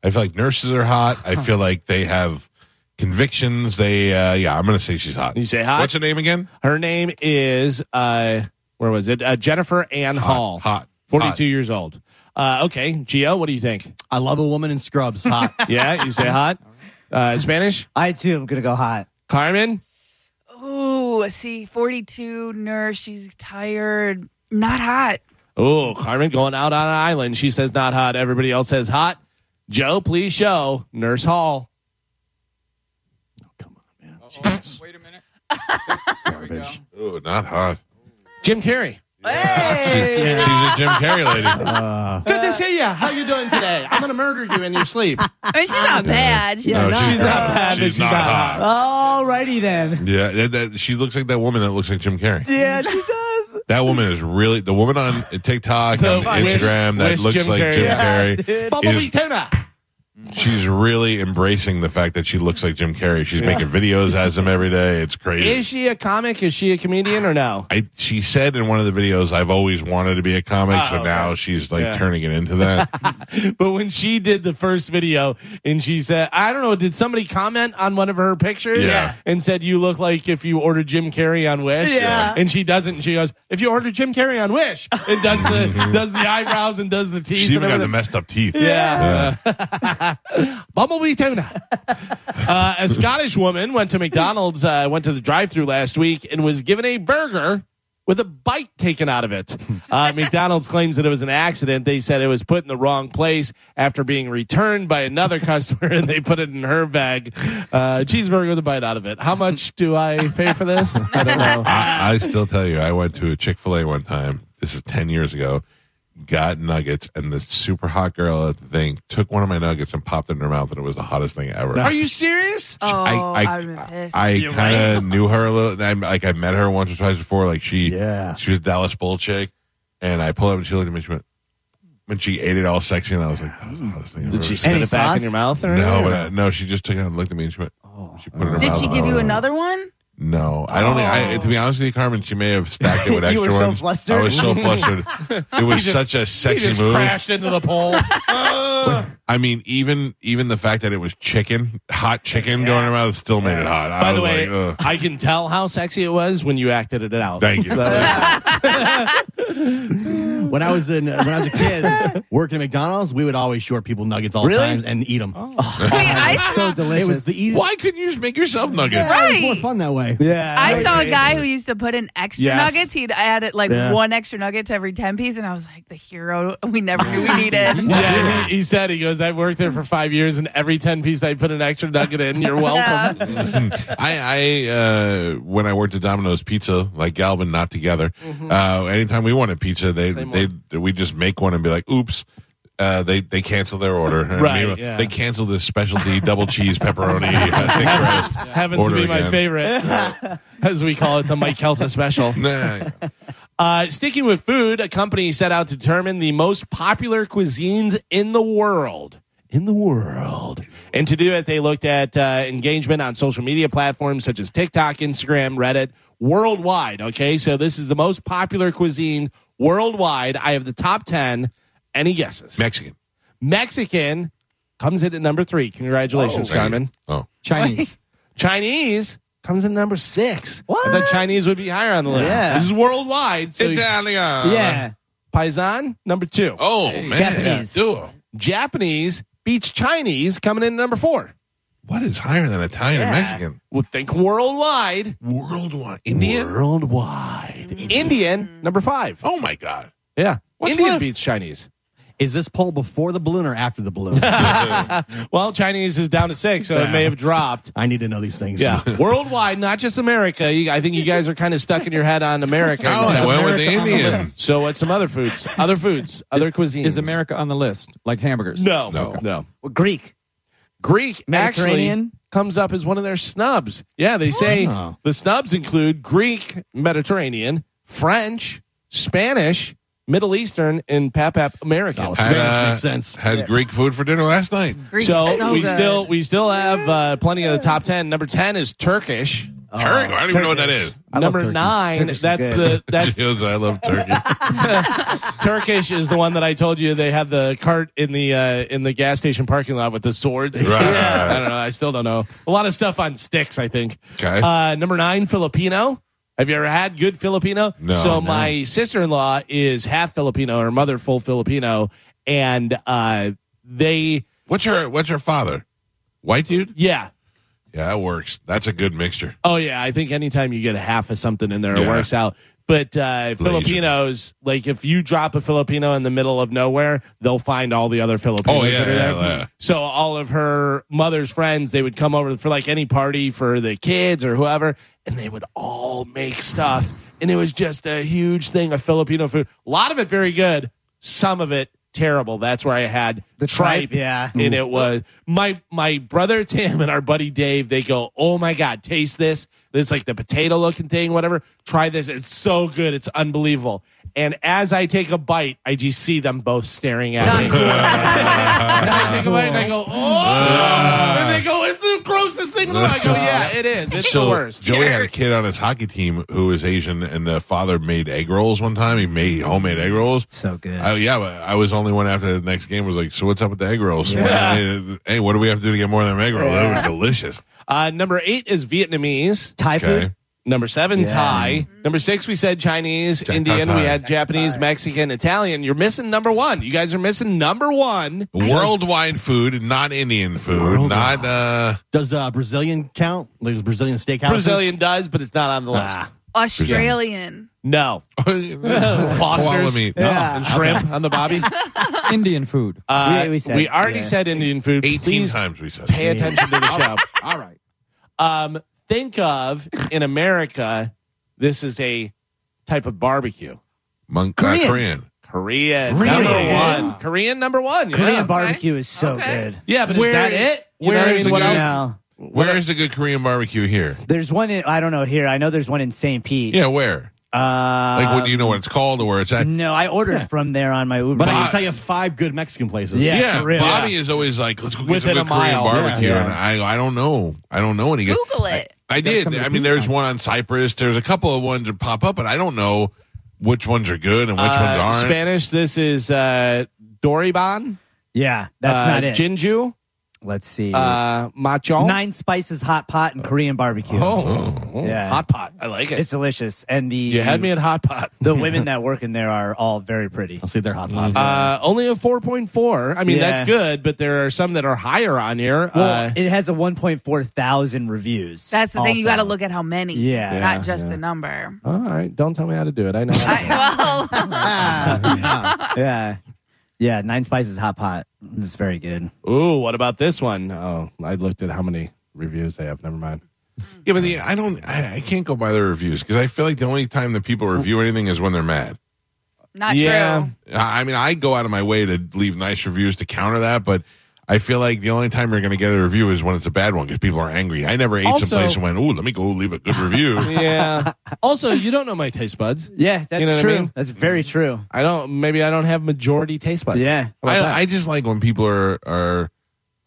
Speaker 2: I feel like nurses are hot. I feel like they have convictions. They, uh, yeah, I'm going to say she's hot.
Speaker 3: You say hot?
Speaker 2: What's her name again?
Speaker 3: Her name is uh, where was it? Uh, Jennifer Ann Hall.
Speaker 2: hot,
Speaker 3: Forty-two
Speaker 2: hot.
Speaker 3: years old. Uh, okay, Gio, what do you think?
Speaker 6: [LAUGHS]
Speaker 4: I love a woman in
Speaker 3: [LAUGHS]
Speaker 4: scrubs. Hot.
Speaker 3: Yeah, you say hot. Uh, Spanish,
Speaker 6: I too am gonna go hot.
Speaker 3: Carmen.
Speaker 8: Ooh, see, 42, nurse, she's tired. Not hot.
Speaker 3: Oh, Carmen going out on an island. She says not hot. Everybody else says hot. Joe, please show Nurse Hall.
Speaker 5: Wait a minute. There we go.
Speaker 2: Oh, not hot.
Speaker 3: Jim Carrey.
Speaker 2: She's a Jim Carrey lady.
Speaker 3: Good
Speaker 2: Uh,
Speaker 3: to see you. How you doing today? I'm gonna murder you in your [LAUGHS] sleep.
Speaker 8: I mean, she's not bad. She's
Speaker 2: No,
Speaker 8: not.
Speaker 2: she's not
Speaker 3: bad,
Speaker 2: hot.
Speaker 3: but
Speaker 2: She's
Speaker 3: she's
Speaker 2: not
Speaker 3: not
Speaker 2: hot.
Speaker 6: Alrighty
Speaker 2: [LAUGHS]
Speaker 6: then.
Speaker 2: Yeah, that, that, she looks like that woman that looks like Jim Carrey.
Speaker 6: Yeah, she does.
Speaker 2: That woman is really the woman on TikTok
Speaker 3: So
Speaker 2: and
Speaker 3: funny.
Speaker 2: Instagram that
Speaker 3: Wish- wish
Speaker 2: looks
Speaker 3: Jim
Speaker 2: like
Speaker 3: Carrey.
Speaker 2: Jim
Speaker 3: Yeah,
Speaker 2: Carrey.
Speaker 3: [LAUGHS] Bumblebee
Speaker 2: is-
Speaker 3: tuna.
Speaker 2: she's really embracing the fact that she looks like Jim Carrey. She's making videos as him every day. It's crazy.
Speaker 3: Is she a comic? Is she a comedian or no?
Speaker 2: I, she said in one of the videos, "I've always wanted to be a comic,"
Speaker 3: Oh,
Speaker 2: so
Speaker 3: okay.
Speaker 2: now she's like
Speaker 3: Yeah.
Speaker 2: turning it into
Speaker 3: [LAUGHS]
Speaker 2: that.
Speaker 3: But when she did the first video and she said, I don't know, did somebody comment on one of her pictures
Speaker 2: Yeah.
Speaker 3: and said, You look like if you ordered Jim Carrey on Wish?
Speaker 6: Yeah.
Speaker 3: And she doesn't. She goes, If you ordered Jim Carrey on Wish, and does
Speaker 2: [LAUGHS]
Speaker 3: the does the eyebrows and does the teeth.
Speaker 2: she even
Speaker 3: and
Speaker 2: got the
Speaker 3: everything.
Speaker 2: messed up teeth.
Speaker 3: yeah. Bumblebee [LAUGHS] tuna. Uh, a Scottish woman went to McDonald's, uh, went to the drive thru last week, and was given a burger with a bite taken out of [LAUGHS] it. Uh, McDonald's claims that it was an accident. They said it was put in the wrong place after being returned by another customer, and they put it in her bag. Uh, cheeseburger with a bite out of it. How much do I pay for this? I don't know.
Speaker 2: I, I still tell you, I went to a Chick Fil A one time. This is ten years ago. Got nuggets, and the super hot girl at the thing took one of my nuggets and popped it in her mouth, and it was the hottest thing ever.
Speaker 3: Are you serious?
Speaker 8: oh,
Speaker 2: I,
Speaker 8: I,
Speaker 2: I,
Speaker 8: would have been pissed.
Speaker 2: I
Speaker 3: You're
Speaker 2: kind of knew her a little. I, like I met her once or twice before. Like she,
Speaker 4: Yeah.
Speaker 2: she was a Dallas Bull chick, and I pulled up and she looked at me. She went, when she ate it all sexy, and I was like, that was the hottest thing. I've
Speaker 3: Did
Speaker 2: ever seen."
Speaker 3: she spit
Speaker 6: Any
Speaker 3: it back
Speaker 6: sauce?
Speaker 3: in your mouth or
Speaker 2: No,
Speaker 3: anything?
Speaker 2: but I, no. She just took it and looked at me, and she went.
Speaker 3: Oh.
Speaker 2: She put it in her
Speaker 8: Did
Speaker 2: mouth
Speaker 8: she
Speaker 2: and
Speaker 8: give
Speaker 2: I
Speaker 8: you
Speaker 2: went,
Speaker 8: another one?
Speaker 2: No, I don't. e,
Speaker 3: Oh.
Speaker 2: I, to be honest with you, Carmen, she may have stacked it
Speaker 3: [LAUGHS]
Speaker 2: with
Speaker 6: You
Speaker 2: extra
Speaker 6: were so
Speaker 2: ones.
Speaker 6: flustered.
Speaker 2: I was so flustered. It was
Speaker 3: just-
Speaker 2: such a
Speaker 3: [LAUGHS] He
Speaker 2: sexy
Speaker 3: just
Speaker 2: move.
Speaker 3: crashed into the pole. [LAUGHS] Uh,
Speaker 2: I mean, even even the fact that it was chicken, hot chicken going in her mouth, still made it hot. I
Speaker 3: By
Speaker 2: was
Speaker 3: the way,
Speaker 2: like, Ugh.
Speaker 3: I can tell how sexy it was when you acted it out.
Speaker 2: thank you.
Speaker 4: When I was in, uh, when I was a
Speaker 6: [LAUGHS]
Speaker 4: kid working at McDonald's, we would always short people nuggets all
Speaker 6: Really?
Speaker 4: the times and eat them.
Speaker 6: Oh.
Speaker 8: Wait, I saw,
Speaker 6: So delicious.
Speaker 4: It was the easiest.
Speaker 2: Why couldn't you just make yourself nuggets?
Speaker 4: It was
Speaker 8: right.
Speaker 4: more fun that way.
Speaker 3: Yeah.
Speaker 8: I saw a guy who used to put in extra
Speaker 3: Yes.
Speaker 8: nuggets. He'd added like
Speaker 4: Yeah.
Speaker 8: one extra nugget to every 10 piece, and I was like, the hero we never knew we needed.
Speaker 3: [LAUGHS] Yeah, he, he said he goes. I worked there for five years, and every ten piece I put an extra nugget in. You're welcome.
Speaker 2: I, I uh, when I worked at Domino's Pizza, like Galvin, not together. Uh, anytime we wanted pizza, they they we just make one and be like, "Oops." Uh, they they canceled their order. And
Speaker 3: Right,
Speaker 2: meanwhile,
Speaker 3: yeah.
Speaker 2: They canceled this specialty double cheese pepperoni uh, thick
Speaker 3: [LAUGHS]
Speaker 2: roast.
Speaker 3: Happens
Speaker 2: Order
Speaker 3: to be my
Speaker 2: again.
Speaker 3: favorite, as we call it, the Mike Kelta special.
Speaker 2: Nah.
Speaker 3: Uh, sticking with food, a company set out to determine the most popular cuisines in the world. In the world. And to do it, they looked at uh, engagement on social media platforms such as TikTok, Instagram, Reddit, worldwide. Okay, so this is the most popular cuisine worldwide. I have the top 10. Any guesses?
Speaker 2: Mexican.
Speaker 3: Mexican comes in at number three. Congratulations,
Speaker 2: Oh, thank
Speaker 3: Carmen.
Speaker 2: you. Oh.
Speaker 5: Chinese.
Speaker 3: Chinese comes in number six. What? I thought Chinese would be higher on the list.
Speaker 6: Yeah.
Speaker 3: This is worldwide. So
Speaker 2: Italia.
Speaker 6: [LAUGHS] yeah.
Speaker 3: Paisan, number two.
Speaker 2: Oh, man.
Speaker 6: Japanese.
Speaker 2: Duo.
Speaker 3: Japanese beats Chinese coming in at number four.
Speaker 2: What is higher than Italian and Mexican?
Speaker 3: Well, think worldwide.
Speaker 2: Worldwide. Indian?
Speaker 3: Worldwide. Indian, number five.
Speaker 2: Oh, my God.
Speaker 3: Yeah.
Speaker 2: What's
Speaker 3: Indian
Speaker 2: left?
Speaker 3: beats Chinese.
Speaker 4: Is this poll before the balloon or after the balloon?
Speaker 3: Well, Chinese is down to six, so it may [LAUGHS] have dropped.
Speaker 4: I need to know these things.
Speaker 3: Yeah, [LAUGHS] worldwide, not just America. You, I think you guys are kind of stuck in your head on [LAUGHS] America.
Speaker 2: Oh, I went with the
Speaker 5: America on the
Speaker 2: Indians.
Speaker 5: list.
Speaker 3: So what's some other foods? Other foods, other cuisines.
Speaker 5: Is America on the list? Like hamburgers?
Speaker 3: No,
Speaker 2: No.
Speaker 3: no, no.
Speaker 6: Well, Greek.
Speaker 3: Greek actually
Speaker 6: Mediterranean?
Speaker 3: comes up as one of their snubs. Yeah, they say
Speaker 4: Wow.
Speaker 3: the snubs include Greek, Mediterranean, French, Spanish, Middle Eastern, and Papap American.
Speaker 4: Oh, Spanish makes sense.
Speaker 2: uh, Had Greek food for dinner last night.
Speaker 8: Greek
Speaker 3: so
Speaker 8: is so
Speaker 3: we
Speaker 8: good.
Speaker 3: still we still have uh, plenty of the top ten. Number ten is Turkish.
Speaker 2: Uh, Turk? I don't even know what that is.
Speaker 4: I love
Speaker 3: Number
Speaker 4: turkey.
Speaker 3: nine,
Speaker 6: Turkish is
Speaker 3: that's
Speaker 6: good.
Speaker 3: the
Speaker 2: [LAUGHS]
Speaker 3: that's
Speaker 2: She goes, I love turkey.
Speaker 3: Turkish is the one that I told you they had the cart in the uh, in the gas station parking lot with the swords.
Speaker 2: Right, right, right.
Speaker 3: [LAUGHS] I don't know. I still don't know. A lot of stuff on sticks. I think.
Speaker 2: Okay.
Speaker 3: Uh, number nine, Filipino. Have you ever had good Filipino?
Speaker 2: No.
Speaker 3: So
Speaker 2: No.
Speaker 3: my sister in law is half Filipino. Her mother full Filipino, and uh, they
Speaker 2: What's her What's her father? White dude?
Speaker 3: yeah.
Speaker 2: Yeah, that works. That's a good mixture.
Speaker 3: Oh yeah, I think anytime you get a half of something in there, it
Speaker 2: Yeah.
Speaker 3: works out. But uh, Filipinos, like if you drop a Filipino in the middle of nowhere, they'll find all the other Filipinos
Speaker 2: Oh, yeah,
Speaker 3: that are
Speaker 2: yeah,
Speaker 3: there.
Speaker 2: yeah.
Speaker 3: So all of her mother's friends, they would come over for like any party for the kids or whoever, and they would all make stuff, and it was just a huge thing of Filipino food. A lot of it very good, some of it terrible. That's where I had the
Speaker 6: tripe, yeah.
Speaker 3: and it was my my brother Tim and our buddy Dave. They go, "Oh my god, taste this! It's like the potato looking thing, whatever. Try this. It's so good. It's unbelievable." And as I take a bite, I just see them both staring at me. and I take a bite and I go,
Speaker 2: Ah.
Speaker 3: "Oh!" and they go, "It's the grossest thing." in the world." I go, "Yeah, it is. It's the worst."
Speaker 2: Joey had a kid on his hockey team who was Asian, and the father made egg rolls one time. He made homemade egg rolls.
Speaker 6: So good.
Speaker 2: I, yeah, but I was only one after the next game. Was like, so what's up with the egg rolls? Hey, Hey, what do we have to do to get more than egg rolls? They were delicious.
Speaker 3: Uh, number eight is Vietnamese.
Speaker 6: Thai
Speaker 2: Okay,
Speaker 6: food.
Speaker 3: Number seven, Thai. Number six, we said Chinese,
Speaker 2: Jack-
Speaker 3: Indian.
Speaker 2: Thai.
Speaker 3: We had Japanese, Mexican, Italian. You're missing number one. You guys are missing number one.
Speaker 2: worldwide food, not Indian food, not uh,
Speaker 4: Does uh, Brazilian count? Like Brazilian steakhouse?
Speaker 3: Brazilian does, but it's not on the list.
Speaker 4: Ah.
Speaker 8: Australian.
Speaker 3: No.
Speaker 2: [LAUGHS] Koala
Speaker 3: Fosters.
Speaker 2: meat.
Speaker 6: Yeah.
Speaker 3: And shrimp on the
Speaker 6: [LAUGHS]
Speaker 3: Bobby.
Speaker 5: Indian food.
Speaker 3: Uh,
Speaker 6: We- we said-
Speaker 3: already
Speaker 6: yeah.
Speaker 3: said Indian food.
Speaker 2: 18
Speaker 3: Please
Speaker 2: times we said.
Speaker 3: pay attention to
Speaker 6: [LAUGHS]
Speaker 3: the show.
Speaker 5: All right.
Speaker 3: Um, think of in America, this is a type of barbecue.
Speaker 2: Monk, uh,
Speaker 6: Korean.
Speaker 2: Korean.
Speaker 3: Korean
Speaker 4: Really?
Speaker 3: number one. Korean number one. Yeah,
Speaker 6: Korean barbecue is so
Speaker 8: Okay.
Speaker 6: good.
Speaker 3: yeah but
Speaker 2: Where-
Speaker 3: is that it? You
Speaker 2: where
Speaker 3: know what I
Speaker 2: is
Speaker 3: mean?
Speaker 2: the
Speaker 3: What
Speaker 2: guy-
Speaker 3: else?
Speaker 6: Now,
Speaker 2: Where is a good Korean barbecue here?
Speaker 6: there's one in, I don't know here. I know there's one in St. Pete.
Speaker 2: Yeah, where?
Speaker 6: Uh,
Speaker 2: Like, what, do you know what it's called or where it's at?
Speaker 6: No, I ordered from there on my Uber.
Speaker 4: But I
Speaker 2: Boss.
Speaker 4: can tell you five good Mexican places.
Speaker 6: Yeah.
Speaker 2: Yeah,
Speaker 6: for real.
Speaker 2: Bobby is always like, let's go get some
Speaker 3: Within a
Speaker 2: good Korean
Speaker 3: mile.
Speaker 2: barbecue,
Speaker 4: Yeah, yeah.
Speaker 2: and I, I don't know, I don't know any. good-
Speaker 8: Google it.
Speaker 2: I did. I mean, there's one on Cyprus. There's a couple of ones that pop up, but I don't know which ones are good and which ones
Speaker 3: Uh,
Speaker 2: aren't.
Speaker 3: Spanish, this is uh, Doribon.
Speaker 6: yeah, that's
Speaker 3: uh,
Speaker 6: not it.
Speaker 3: Jinju,
Speaker 6: Let's see.
Speaker 3: uh, Macho.
Speaker 6: Nine spices hot pot and Korean barbecue.
Speaker 3: Oh, oh,
Speaker 6: Yeah.
Speaker 3: hot pot. I like it.
Speaker 6: It's delicious. And the
Speaker 3: you had me at hot
Speaker 6: [LAUGHS]
Speaker 3: pot. [LAUGHS]
Speaker 6: the women that work in there are all very pretty. Mm-hmm.
Speaker 4: I'll see their hot pots.
Speaker 3: Uh, only a 4.4. I mean,
Speaker 6: Yeah.
Speaker 3: that's good, but there are some that are higher on here.
Speaker 6: Well,
Speaker 3: uh,
Speaker 6: it has a 1.4 thousand reviews.
Speaker 8: That's the thing. You got
Speaker 6: also.
Speaker 8: to
Speaker 6: [LAUGHS]
Speaker 8: look at how many.
Speaker 6: Yeah.
Speaker 8: Not just the number.
Speaker 3: all right. Don't tell me how to do it. I know.
Speaker 8: I, well,
Speaker 6: [LAUGHS] yeah. Yeah, nine spices hot pot. It's very good.
Speaker 3: Ooh, what about this one? Oh, I looked at how many reviews they have. Never mind.
Speaker 2: Yeah, but the, I don't. I, I can't go by their reviews because I feel like the only time that people review anything is when they're mad.
Speaker 8: not
Speaker 3: Yeah.
Speaker 8: true.
Speaker 2: I I mean, I go out of my way to leave nice reviews to counter that, but I feel like the only time you're going to get a review is when it's a bad one because people are angry. I never ate
Speaker 3: Also-
Speaker 2: someplace and went, "Ooh, let me go leave a good review."
Speaker 3: Yeah. [LAUGHS] also, you don't know my taste buds.
Speaker 6: Yeah, that's
Speaker 3: know what I
Speaker 6: true.
Speaker 3: mean?
Speaker 6: That's very true.
Speaker 3: I don't. Maybe I don't have majority taste buds.
Speaker 6: Yeah.
Speaker 3: How about that?
Speaker 2: I, I just like when people are are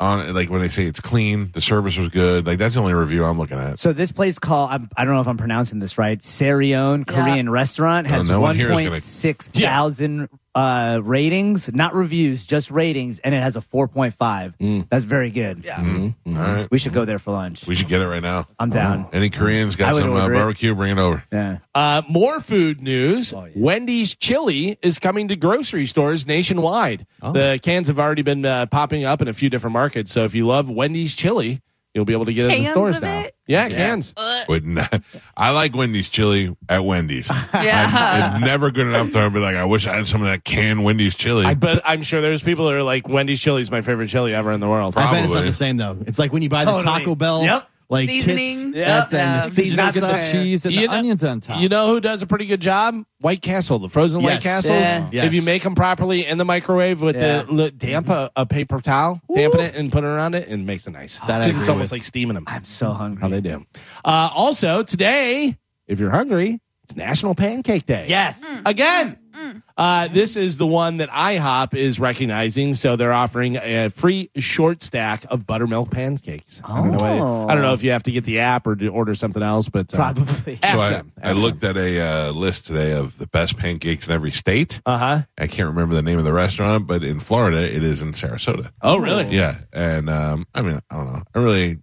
Speaker 2: on like when they say it's clean, the service was good. Like that's the only review I'm looking at.
Speaker 6: So this place called I'm, I don't know if I'm pronouncing this right. Sarion
Speaker 8: Yeah.
Speaker 6: Korean restaurant
Speaker 3: Oh,
Speaker 6: has
Speaker 2: no one here is gonna-
Speaker 6: 1.6 thousand uh, ratings, not reviews, just ratings, and it has a 4.5.
Speaker 3: Mm.
Speaker 6: That's very good.
Speaker 8: Yeah.
Speaker 3: Mm-hmm.
Speaker 2: All right,
Speaker 6: We should go there for lunch.
Speaker 2: we should get it right now.
Speaker 6: I'm down.
Speaker 2: Any Koreans
Speaker 6: I
Speaker 2: got
Speaker 6: would
Speaker 2: some uh,
Speaker 6: order it.
Speaker 2: barbecue? Bring it over.
Speaker 6: Yeah.
Speaker 3: Uh, more food news.
Speaker 6: yeah.
Speaker 3: Wendy's chili is coming to grocery stores nationwide. The cans have already been uh, popping up in a few different markets. So if you love Wendy's chili, you'll be able to get it in the
Speaker 8: Cans
Speaker 3: stores
Speaker 8: of
Speaker 3: now.
Speaker 8: it?
Speaker 3: Yeah, cans.
Speaker 2: Would not, [LAUGHS] I like Wendy's chili at Wendy's.
Speaker 8: [LAUGHS] Yeah.
Speaker 2: I'm never good enough to be like, I wish I had some of that canned Wendy's chili.
Speaker 3: I bet I'm sure there's people that are like Wendy's chili is my favorite chili ever in the world.
Speaker 4: I bet it's not
Speaker 2: probably.
Speaker 4: the same though. It's like when you buy the
Speaker 6: Totally.
Speaker 4: Taco Bell,
Speaker 6: Yep.
Speaker 4: like
Speaker 8: Seasoning.
Speaker 4: kits,
Speaker 6: Yep.
Speaker 4: that and
Speaker 8: Yeah.
Speaker 4: the
Speaker 5: You
Speaker 4: seasoning
Speaker 5: don't get the
Speaker 4: stuff.
Speaker 5: cheese and
Speaker 3: You
Speaker 5: the
Speaker 3: know-
Speaker 5: onions on top.
Speaker 3: You know who does a pretty good job? White Castle, the frozen White
Speaker 4: Yes.
Speaker 3: Castles.
Speaker 6: Yeah.
Speaker 4: Yes.
Speaker 3: If you make them properly in the microwave with
Speaker 6: Yeah.
Speaker 3: the li- damp a, a paper towel, dampen it and put it around it, and it makes it nice.
Speaker 4: That I
Speaker 3: 'Cause it's
Speaker 4: agree
Speaker 3: almost
Speaker 4: with.
Speaker 3: like steaming them.
Speaker 6: I'm so hungry.
Speaker 3: How they do. Uh, also today, if you're hungry, it's National Pancake Day.
Speaker 6: Yes.
Speaker 3: Again, Uh, this is the one that IHOP is recognizing, so they're offering a free short stack of buttermilk pancakes. I don't know.
Speaker 6: Oh.
Speaker 3: I, I don't know if you have to get the app or to order something else, but uh,
Speaker 6: Probably.
Speaker 3: ask
Speaker 2: so I,
Speaker 3: them.
Speaker 2: I looked at a uh, list today of the best pancakes in every state.
Speaker 3: Uh huh.
Speaker 2: I can't remember the name of the restaurant, but in Florida, it is in Sarasota.
Speaker 3: Oh, really?
Speaker 2: Yeah, and um, I mean, I don't know. I really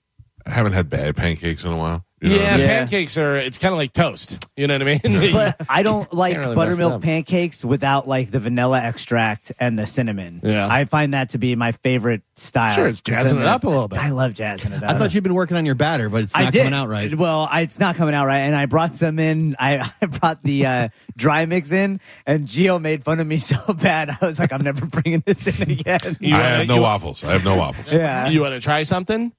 Speaker 2: haven't had bad pancakes in a while. You know what I
Speaker 3: yeah,
Speaker 2: mean?
Speaker 6: Yeah.
Speaker 3: pancakes are. It's kind of like toast. You know what I mean? [LAUGHS]
Speaker 6: But I don't like
Speaker 3: Can't really mess it up.
Speaker 6: buttermilk pancakes without like the vanilla extract and the cinnamon.
Speaker 3: Yeah.
Speaker 6: I find that to be my favorite style.
Speaker 3: Sure, it's jazzing it
Speaker 6: Cinnamon.
Speaker 3: up a little bit.
Speaker 6: I love jazzing it up.
Speaker 4: I thought you'd been working on your batter, but it's not
Speaker 6: I did.
Speaker 4: coming out right.
Speaker 6: Well, I, it's not coming out right, and I brought some in. I, [LAUGHS] I brought the uh, dry mix in, and Gio made fun of me [LAUGHS] so bad. I was like, I'm never bringing this in again.
Speaker 3: [LAUGHS] You
Speaker 2: I
Speaker 3: wanna-
Speaker 2: have no
Speaker 3: you-
Speaker 2: waffles. I have no
Speaker 3: [LAUGHS]
Speaker 2: waffles.
Speaker 6: yeah.
Speaker 3: You want to try something?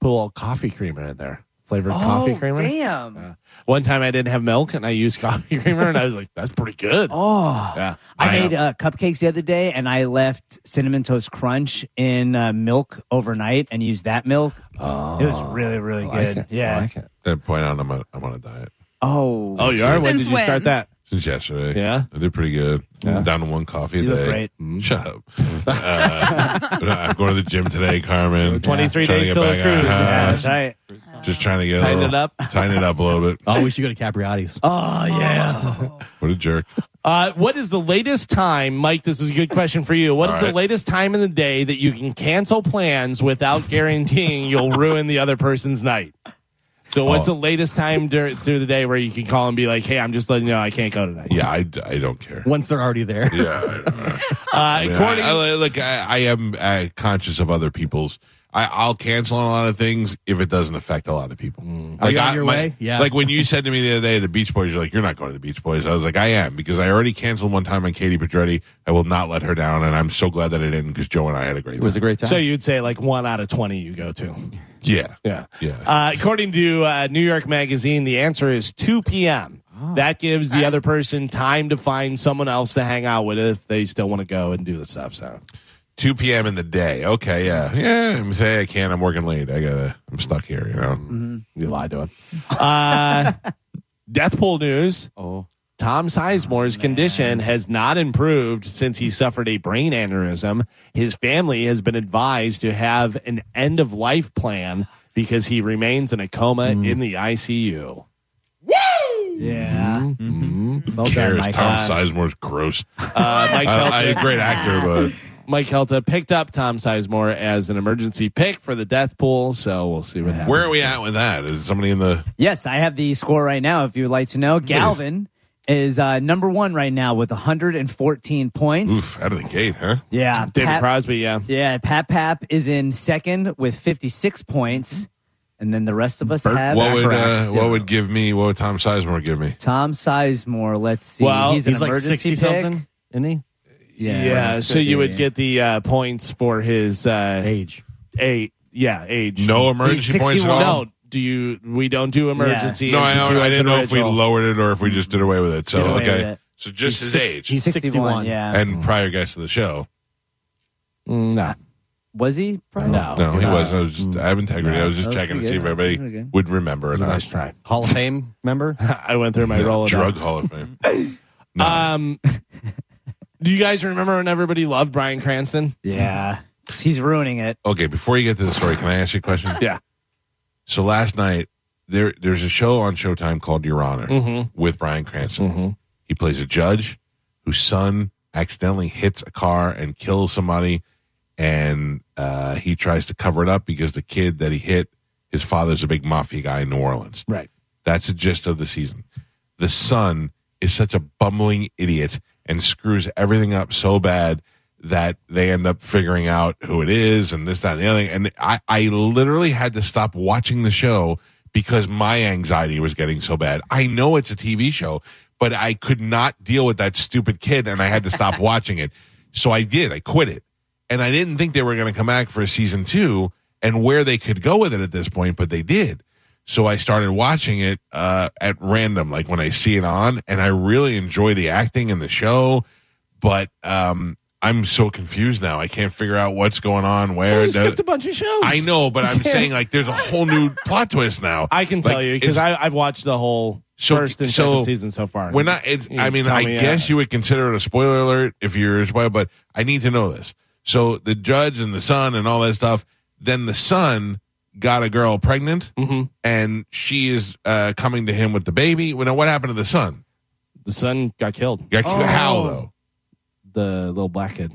Speaker 3: Put a little coffee creamer in there, flavored coffee
Speaker 6: oh,
Speaker 3: creamer.
Speaker 6: damn.
Speaker 3: One time I didn't have milk and I used [LAUGHS] coffee creamer and I was like, that's pretty good.
Speaker 6: oh.
Speaker 3: yeah.
Speaker 6: I,
Speaker 3: know.
Speaker 6: made uh, cupcakes the other day, and I left cinnamon toast crunch in uh, milk overnight, and used that milk. Oh, it was really, really good. yeah.
Speaker 2: At that point out, I'm on, I'm on a diet
Speaker 6: Oh,
Speaker 3: Oh, you are? When
Speaker 8: Since
Speaker 3: did you start
Speaker 8: when?
Speaker 3: that?
Speaker 2: since yesterday.
Speaker 3: Yeah?
Speaker 2: I did pretty good. Down to one coffee a
Speaker 6: You look
Speaker 2: day. Mm-hmm.
Speaker 3: Mm-hmm.
Speaker 6: great.
Speaker 2: Shut up. uh, [LAUGHS] but I'm going to the gym today, Carmen.
Speaker 3: 23
Speaker 2: Trying to
Speaker 3: days
Speaker 2: get
Speaker 3: till the
Speaker 2: back on
Speaker 3: cruise is
Speaker 6: Yeah,
Speaker 2: high.
Speaker 6: that's right.
Speaker 2: Just trying to get a
Speaker 3: Tighten
Speaker 2: little-
Speaker 3: it up.
Speaker 2: Tighten it up a
Speaker 3: [LAUGHS]
Speaker 2: little bit.
Speaker 4: Oh, we should go to Capriati's.
Speaker 6: Oh yeah.
Speaker 2: What a jerk.
Speaker 3: Uh, what is the latest time, Mike? This is a good question for you. What is
Speaker 2: All
Speaker 3: the
Speaker 2: right.
Speaker 3: latest time in the day that you can cancel
Speaker 2: [LAUGHS]
Speaker 3: plans without guaranteeing you'll ruin the other person's night? So, what's
Speaker 2: Oh.
Speaker 3: the latest time dur- through the day where you can call and be like, hey, I'm just letting you know I can't go tonight?
Speaker 2: Yeah, I, I don't care.
Speaker 4: Once they're already there.
Speaker 2: Yeah. I don't know.
Speaker 3: Uh,
Speaker 2: I mean,
Speaker 3: according,
Speaker 2: I, I- look, I, I am uh, conscious of other people's. I, I'll cancel on a lot of things if it doesn't affect a lot of people.
Speaker 4: Are you on
Speaker 2: I-
Speaker 4: your
Speaker 2: my-
Speaker 4: way? Yeah.
Speaker 2: Like when you said to me the other day, the Beach Boys, you're like, you're not going to the Beach Boys. I was like, I am because I already canceled one time on Katie Pedretti. I will not let her down, and I'm so glad that I didn't because Joe and I had a great.
Speaker 5: It was a
Speaker 2: time.
Speaker 5: great time.
Speaker 3: so, you'd say like one out of 20 you go to.
Speaker 2: yeah,
Speaker 3: Yeah.
Speaker 2: yeah.
Speaker 3: Uh, according to uh, New York Magazine, the answer is 2 p.m.
Speaker 2: Oh.
Speaker 3: That gives the other person time to find someone else to hang out with if they still want to go and do the stuff. So,
Speaker 2: 2 p.m. in the day. Okay, yeah, yeah. I'm say I can't. I'm working late. I gotta. I'm stuck here. You know.
Speaker 3: you lied to him. Uh, [LAUGHS] Death pool news.
Speaker 5: Oh.
Speaker 3: Tom Sizemore's condition has not improved since he suffered a brain aneurysm. His family has been advised to have an end of life plan because he remains in a coma in the ICU.
Speaker 6: Yeah.
Speaker 3: Mm-hmm.
Speaker 6: Mm-hmm. Well
Speaker 2: Who
Speaker 6: done,
Speaker 2: cares?
Speaker 6: Mike.
Speaker 2: Tom Sizemore's gross.
Speaker 3: Uh,
Speaker 2: I,
Speaker 3: Mike
Speaker 2: I,
Speaker 3: Pelzer-
Speaker 2: a great actor, but
Speaker 3: Mike Helta picked up Tom Sizemore as an emergency pick for the death pool, so we'll see what happens.
Speaker 2: where are we at with that? Is somebody in the?
Speaker 6: Yes, I have the score right now. If you would like to know, Galvin is uh, number one right now with 114 points.
Speaker 2: Oof, out of the gate, huh?
Speaker 6: Yeah,
Speaker 3: David
Speaker 6: Pat-
Speaker 3: Crosby, yeah.
Speaker 6: Yeah, Pat Pap is in second with 56 points, and then the rest of us have
Speaker 2: what would uh,
Speaker 6: Zero.
Speaker 2: what would give me? What would Tom Sizemore give me?
Speaker 6: Tom Sizemore? Let's see.
Speaker 3: Well,
Speaker 6: he's, an
Speaker 4: He's like
Speaker 6: emergency
Speaker 4: 60
Speaker 6: pick.
Speaker 4: something, isn't he?
Speaker 3: Yeah, so you would get the uh, points for his uh,
Speaker 4: Age.
Speaker 3: eight, yeah, age.
Speaker 2: No emergency
Speaker 6: He's
Speaker 2: points at
Speaker 6: 61.
Speaker 2: all.
Speaker 3: no. Do you? We don't do emergency.
Speaker 2: No, I,
Speaker 3: institutes
Speaker 2: I didn't
Speaker 3: and
Speaker 2: know if we
Speaker 3: original.
Speaker 2: lowered it or if we just did away with it. So
Speaker 6: Did away
Speaker 2: okay,
Speaker 6: with it.
Speaker 2: so just his
Speaker 4: six-
Speaker 2: age
Speaker 6: He's 61.
Speaker 4: 61.
Speaker 6: Yeah,
Speaker 2: and prior guest of the show. [LAUGHS]
Speaker 3: Mm, No,
Speaker 6: was he? Brian?
Speaker 3: No.
Speaker 2: No, he
Speaker 3: Uh,
Speaker 2: wasn't. I was just, I have integrity. I was
Speaker 6: Mm. that
Speaker 2: just
Speaker 6: was
Speaker 2: checking to
Speaker 6: pretty
Speaker 2: see if
Speaker 6: good.
Speaker 2: everybody
Speaker 6: Pretty good.
Speaker 2: would remember or not.
Speaker 3: nice try.
Speaker 4: Hall of Fame member?
Speaker 3: [LAUGHS] I went through my
Speaker 2: Yeah,
Speaker 3: roll.
Speaker 2: drug hall of
Speaker 6: [LAUGHS]
Speaker 2: fame. No.
Speaker 3: Um, [LAUGHS] do you guys remember when everybody loved Brian Cranston?
Speaker 6: Yeah, he's ruining it.
Speaker 2: okay, before you get to the story, can I ask you a question?
Speaker 3: Yeah.
Speaker 2: So last night there there's a show on Showtime called Your Honor
Speaker 6: Mm.
Speaker 3: Mhm.
Speaker 2: with Brian Cranston.
Speaker 3: mm-hmm.
Speaker 2: He plays a judge whose son accidentally hits a car and kills somebody, and uh, he tries to cover it up because the kid that he hit, his father's a big mafia guy in New Orleans.
Speaker 3: Right.
Speaker 2: That's the gist of the season. The son is such a bumbling idiot and screws everything up so bad that they end up figuring out who it is and this, that, and the other. thing. And I, I literally had to stop watching the show because my anxiety was getting so bad. I know it's a TV show, but I could not deal with that stupid kid and I had to stop watching it. So I did. I quit it and I didn't think they were going to come back for a season two and where they could go with it at this point, but they did. So I started watching it uh, at random, like when I see it on, and I really enjoy the acting in the show, but um, I'm so confused now. I can't figure out what's going on, where.
Speaker 3: Well, Oh, he
Speaker 2: it does-
Speaker 3: skipped a bunch of shows.
Speaker 2: I know, but I'm
Speaker 3: [LAUGHS] Yeah.
Speaker 2: saying like there's a whole new plot twist now.
Speaker 3: I can tell
Speaker 2: Like,
Speaker 3: you because
Speaker 2: it's-
Speaker 3: I've watched the whole
Speaker 2: So-
Speaker 3: first and
Speaker 2: so
Speaker 3: second season so far.
Speaker 2: We're not. It's,
Speaker 3: You
Speaker 2: I mean,
Speaker 3: tell
Speaker 2: I
Speaker 3: me, uh,
Speaker 2: guess you would consider it a spoiler alert if you're a spoiler, but I need to know this. So the judge and the son and all that stuff. Then the son got a girl pregnant,
Speaker 3: Mm-hmm.
Speaker 2: and she is uh, coming to him with the baby. Well, now what happened to the son?
Speaker 3: the son got killed.
Speaker 2: Got-
Speaker 3: Oh.
Speaker 2: How though?
Speaker 3: The little black kid.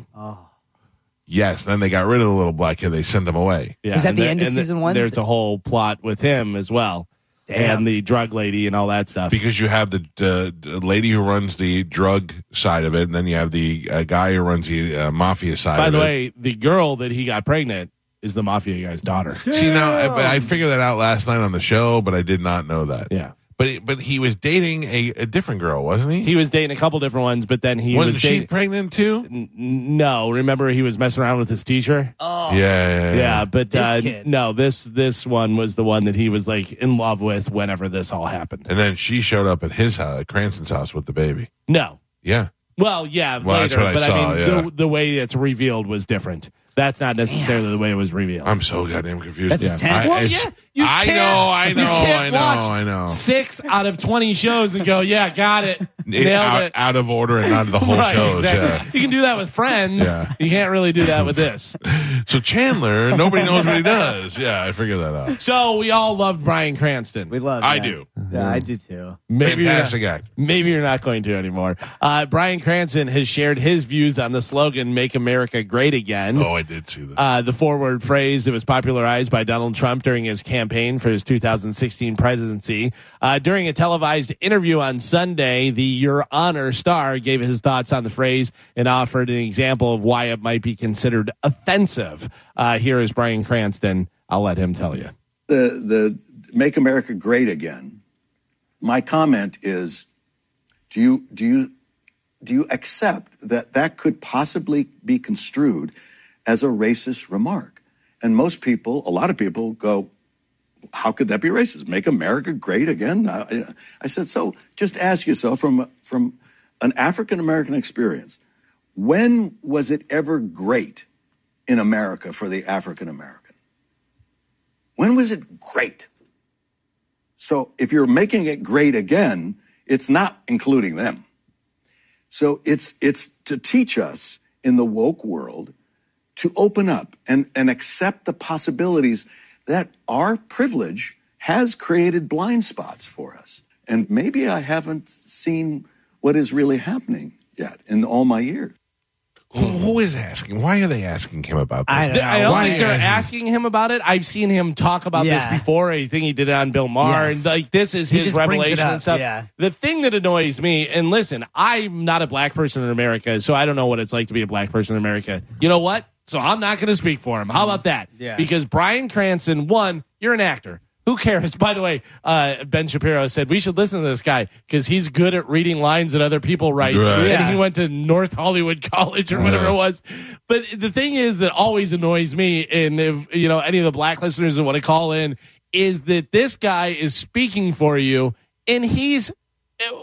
Speaker 2: Yes. Then they got rid of the little black kid. They sent him away.
Speaker 3: Yeah,
Speaker 6: Was that
Speaker 3: and
Speaker 6: the
Speaker 3: there-
Speaker 6: end of
Speaker 3: and the-
Speaker 6: season one?
Speaker 3: There's a whole plot with him as well,
Speaker 6: Damn.
Speaker 3: and the drug lady and all that stuff.
Speaker 2: Because you have the, the the lady who runs the drug side of it, and then you have the uh, guy who runs the uh, mafia side.
Speaker 3: By
Speaker 2: of
Speaker 3: the
Speaker 2: it.
Speaker 3: way, the girl that he got pregnant is the mafia guy's daughter.
Speaker 2: See now, I, but I figured that out last night on the show, but I did not know that.
Speaker 3: Yeah.
Speaker 2: but it- but he was dating a, a different girl, wasn't he?
Speaker 3: He was dating a couple different ones, but then he
Speaker 2: wasn't
Speaker 3: was
Speaker 2: she
Speaker 3: dating.
Speaker 2: pregnant too?
Speaker 3: N- no, remember he was messing around with his teacher.
Speaker 2: Yeah, yeah, yeah.
Speaker 3: yeah, but
Speaker 6: Oh. This
Speaker 3: uh,
Speaker 6: kid.
Speaker 3: no, this this one was the one that he was like in love with whenever this all happened.
Speaker 2: And then she showed up at his house, at Cranston's house, with the baby.
Speaker 3: No,
Speaker 2: Yeah,
Speaker 3: well, yeah,
Speaker 2: Well, that's
Speaker 3: later,
Speaker 2: what I
Speaker 3: but
Speaker 2: saw,
Speaker 3: mean
Speaker 2: yeah.
Speaker 3: the, the way it's revealed was different. That's not necessarily the way it was revealed.
Speaker 2: I'm so goddamn confused.
Speaker 6: That's
Speaker 2: yeah.
Speaker 6: intense.
Speaker 2: I,
Speaker 6: Well,
Speaker 2: it's-
Speaker 3: yeah, you
Speaker 2: I
Speaker 3: can't-
Speaker 2: know, I
Speaker 3: you
Speaker 2: know, I
Speaker 3: can't
Speaker 2: know,
Speaker 3: watch
Speaker 2: I know.
Speaker 3: Six out of twenty shows and go, yeah, got it,
Speaker 2: It-
Speaker 3: nailed
Speaker 2: out,
Speaker 3: it.
Speaker 2: out of order and out of the whole
Speaker 3: [LAUGHS] Right,
Speaker 2: shows.
Speaker 3: exactly. You can do that with friends.
Speaker 2: Yeah.
Speaker 3: You can't really do that
Speaker 2: [LAUGHS]
Speaker 3: with this.
Speaker 2: Yeah. So Chandler, nobody knows
Speaker 3: [LAUGHS]
Speaker 2: what he does. Yeah, I figured that out.
Speaker 3: So we all love Brian Cranston.
Speaker 6: We love.
Speaker 2: I
Speaker 6: that.
Speaker 2: do.
Speaker 6: Yeah, I do too.
Speaker 3: Maybe uh, you're not-
Speaker 2: Fantastic actor.
Speaker 3: Maybe you're not going to anymore. Uh, Brian Cranston has shared his views on the slogan "Make America Great Again."
Speaker 2: Oh, I did see that.
Speaker 3: Uh, the four-word phrase that was popularized by Donald Trump during his campaign for his 2016 presidency. Uh, during a televised interview on Sunday, the Your Honor star gave his thoughts on the phrase and offered an example of why it might be considered offensive. Uh, here is Brian Cranston. I'll let him tell you.
Speaker 9: the the make America great again. My comment is do you do you do you accept that that could possibly be construed as a racist remark? And most people, a lot of people go how could that be racist? Make America great again? I, I said so just ask yourself from from an African American experience, when was it ever great in America for the African American? When was it great? So if you're making it great again, it's not including them. So it's it's to teach us in the woke world to open up and, and accept the possibilities that our privilege has created blind spots for us. And maybe I haven't seen what is really happening yet in all my years.
Speaker 2: Who, who is asking? Why are they asking him about this?
Speaker 6: I don't know.
Speaker 3: I don't
Speaker 2: Why
Speaker 3: think they're
Speaker 2: are you
Speaker 3: asking him about it. I've seen him talk about
Speaker 6: Yeah.
Speaker 3: this before. I think he did it on Bill Maher.
Speaker 6: Yes.
Speaker 3: And, like this is
Speaker 6: He
Speaker 3: his
Speaker 6: just brings it
Speaker 3: revelation
Speaker 6: up,
Speaker 3: and stuff.
Speaker 6: yeah.
Speaker 3: The thing that annoys me, and listen, I'm not a black person in America, so I don't know what it's like to be a black person in America. You know what? So I'm not going to speak for him. How about that?
Speaker 6: Yeah.
Speaker 3: Because Brian Cranston, one, you're an actor. Who cares? [LAUGHS] By the way, uh, Ben Shapiro said we should listen to this guy because he's good at reading lines that other people write.
Speaker 2: Right.
Speaker 3: And
Speaker 6: Yeah.
Speaker 3: he went to North Hollywood [LAUGHS] College or whatever
Speaker 2: Yeah.
Speaker 3: it was. But the thing is that always annoys me, and if you know any of the black listeners that want to call in, is that this guy is speaking for you, and he's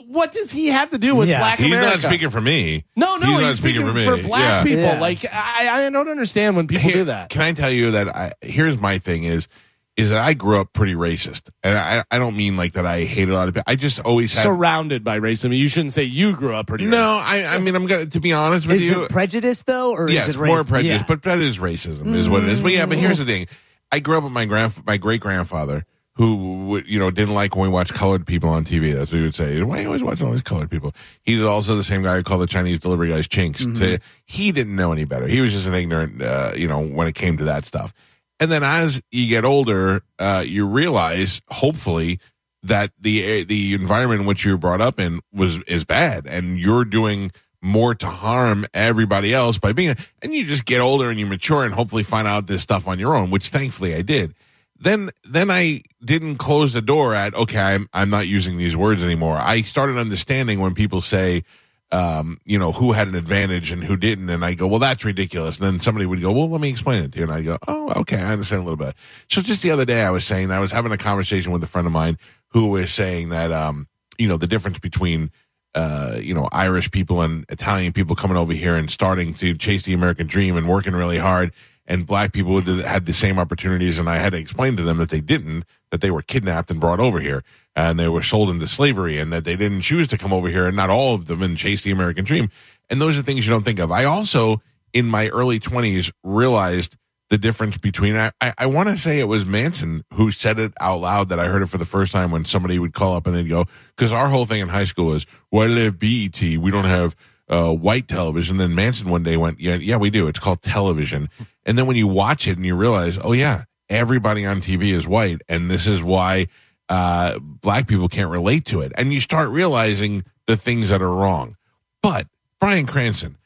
Speaker 3: what does he have to do with
Speaker 6: Yeah.
Speaker 3: black
Speaker 2: He's
Speaker 3: America?
Speaker 2: not speaking for me.
Speaker 3: no, no,
Speaker 2: he's,
Speaker 3: he's,
Speaker 2: not
Speaker 3: speaking,
Speaker 2: speaking, for me.
Speaker 3: for black
Speaker 2: Yeah.
Speaker 3: people.
Speaker 6: Yeah.
Speaker 3: Like I, I don't understand when people
Speaker 2: Here-
Speaker 3: do that.
Speaker 2: Can I tell you that? I, here's my thing: is is that I grew up pretty racist, and I I don't mean like that. I hate a lot of people. I just always had.
Speaker 3: Surrounded by racism, you shouldn't say you grew up pretty.
Speaker 2: no, I I mean I'm gonna to be honest with
Speaker 6: Is
Speaker 2: you.
Speaker 6: it prejudice though, or
Speaker 2: yes,
Speaker 6: is it
Speaker 2: more
Speaker 6: race-
Speaker 2: prejudice,
Speaker 6: Yeah. Mm.
Speaker 2: but that is racism, is what it is. But yeah, but here's the thing: I grew up with my grand my great grandfather. Who would- you know didn't like when we watched colored people on TV? That's what he would say. Why are you always watching all these colored people? He's also the same guy who called the Chinese delivery guys chinks.
Speaker 6: Mm-hmm.
Speaker 2: To, he didn't know any better. He was just an ignorant, uh, you know, when it came to that stuff. And then as you get older, uh, you realize, hopefully, that the uh, the environment in which you were brought up in was is bad, and you're doing more to harm everybody else by being. And you just get older and you mature, and hopefully find out this stuff on your own, which thankfully I did. Then then I didn't close the door at okay, I'm I'm not using these words anymore. I started understanding when people say um, you know, who had an advantage and who didn't. And I go, well, that's ridiculous. And then somebody would go, well, let me explain it to you. And I go, oh, okay, I understand a little bit. So just the other day, I was saying that I was having a conversation with a friend of mine who was saying that, um, you know, the difference between, uh, you know, Irish people and Italian people coming over here and starting to chase the American dream and working really hard. and black people did- had the same opportunities. And I had to explain to them that they didn't, that they were kidnapped and brought over here, and they were sold into slavery, and that they didn't choose to come over here, and not all of them, and chase the American dream. And those are things you don't think of. I also, in my early 20s, realized the difference between I, I, I want to say it was Manson who said it out loud that I heard it for the first time when somebody would call up and they'd go because our whole thing in high school is why do they have BET we don't have uh, white television then Manson one day went yeah yeah we do it's called television and then when you watch it and you realize oh yeah everybody on TV is white and this is why uh, black people can't relate to it and you start realizing the things that are wrong but Brian Cranston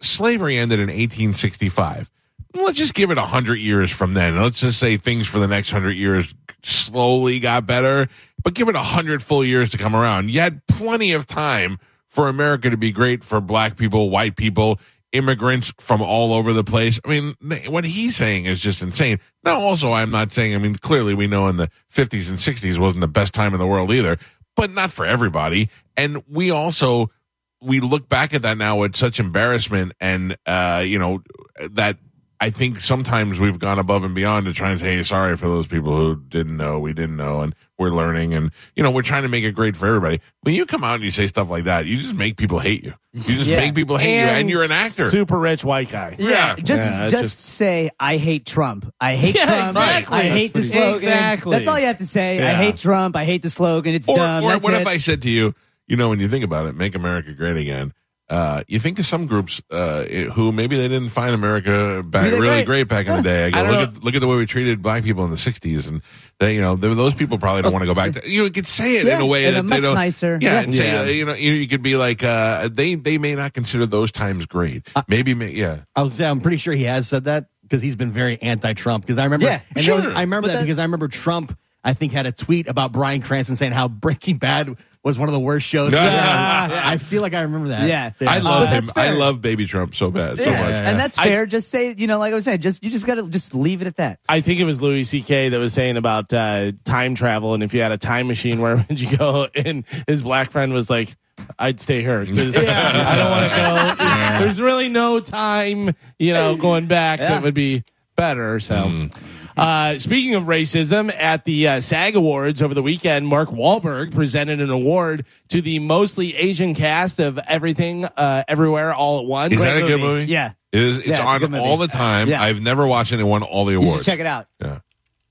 Speaker 2: slavery ended in 1865. Let's just give it 100 years from then. Let's just say things for the next 100 years slowly got better, but give it 100 full years to come around. You had plenty of time for America to be great for black people, white people, immigrants from all over the place. I mean, th- what he's saying is just insane. Now, also, I'm not saying, I mean, clearly we know in the 50s and 60s wasn't the best time in the world either, but not for everybody. And we also we look back at that now with such embarrassment and uh, you know that I think sometimes we've gone above and beyond to try and say, hey, sorry for those people who didn't know, we didn't know, and we're learning, and you know, we're trying to make it great for everybody. When you come out and you say stuff like that, you just make people hate you. You just
Speaker 6: Yeah.
Speaker 2: make people hate you, and you're an actor.
Speaker 3: Super rich white guy.
Speaker 2: Yeah.
Speaker 6: Just,
Speaker 3: Yeah, it's
Speaker 6: just
Speaker 3: just-
Speaker 6: say I hate Trump. I hate
Speaker 3: Yeah,
Speaker 6: Trump.
Speaker 3: exactly.
Speaker 6: I hate the
Speaker 3: That's what
Speaker 6: slogan.
Speaker 3: he- Exactly.
Speaker 6: That's all you have to say. I
Speaker 3: Yeah.
Speaker 6: hate Trump. I hate the slogan. It's
Speaker 2: or,
Speaker 6: dumb.
Speaker 2: or
Speaker 6: That's
Speaker 2: what
Speaker 6: it.
Speaker 2: if I said to you, you know, when you think about it, make America great again. Uh, you think of some groups uh, who maybe they didn't find America back
Speaker 6: Really
Speaker 2: really, great.
Speaker 6: great.
Speaker 2: back in the day. I go,
Speaker 3: I don't
Speaker 2: look at look at the way we treated black people in the '60s, and they, you know, they, those people probably don't want to go back. to You could say it in
Speaker 6: Yeah,
Speaker 2: a way
Speaker 6: in a
Speaker 2: that they
Speaker 6: much
Speaker 2: don't.
Speaker 6: nicer-
Speaker 2: Yeah,
Speaker 6: yeah.
Speaker 2: and say,
Speaker 3: Yeah.
Speaker 2: uh, you know, you, you could be like, uh, they they may not consider those times great.
Speaker 6: Uh,
Speaker 2: Maybe, may, yeah.
Speaker 4: I was, I'm pretty sure he has said that because he's been very anti-Trump. Because I remember,
Speaker 6: Yeah,
Speaker 4: and there was-
Speaker 2: sure.
Speaker 4: I remember that, because I remember Trump. I think had a tweet about Brian Cranston saying how Breaking Bad was one of the worst shows.
Speaker 2: Yeah.
Speaker 4: ever. I feel like I remember that.
Speaker 6: Yeah.
Speaker 2: I love him.
Speaker 6: that's
Speaker 2: I
Speaker 6: fair.
Speaker 2: love Baby Trump so bad, so
Speaker 6: Yeah,
Speaker 2: much.
Speaker 4: yeah.
Speaker 6: And that's fair. just say, you know, like I was saying, just you just got to just leave it at that.
Speaker 3: I think it was Louis C.K. that was saying about uh, time travel, and if you had a time machine, where [LAUGHS] would you go? And his black friend was like, "I'd stay
Speaker 2: [LAUGHS]
Speaker 3: here 'cause I don't want to go. There's really no time, you know, going back that would be better." So,
Speaker 2: Hmm.
Speaker 3: uh, speaking of racism, at the uh, SAG Awards over the weekend, Mark Wahlberg presented an award to the mostly Asian cast of Everything, uh, Everywhere, All at Once.
Speaker 2: Is that a good movie?
Speaker 6: Yeah.
Speaker 2: It is, it's
Speaker 6: Yeah, it's a good
Speaker 2: on
Speaker 6: movie.
Speaker 2: all the time.
Speaker 6: Yeah.
Speaker 2: I've never watched it and won all the
Speaker 6: You
Speaker 2: awards.
Speaker 6: should check it out.
Speaker 2: Yeah.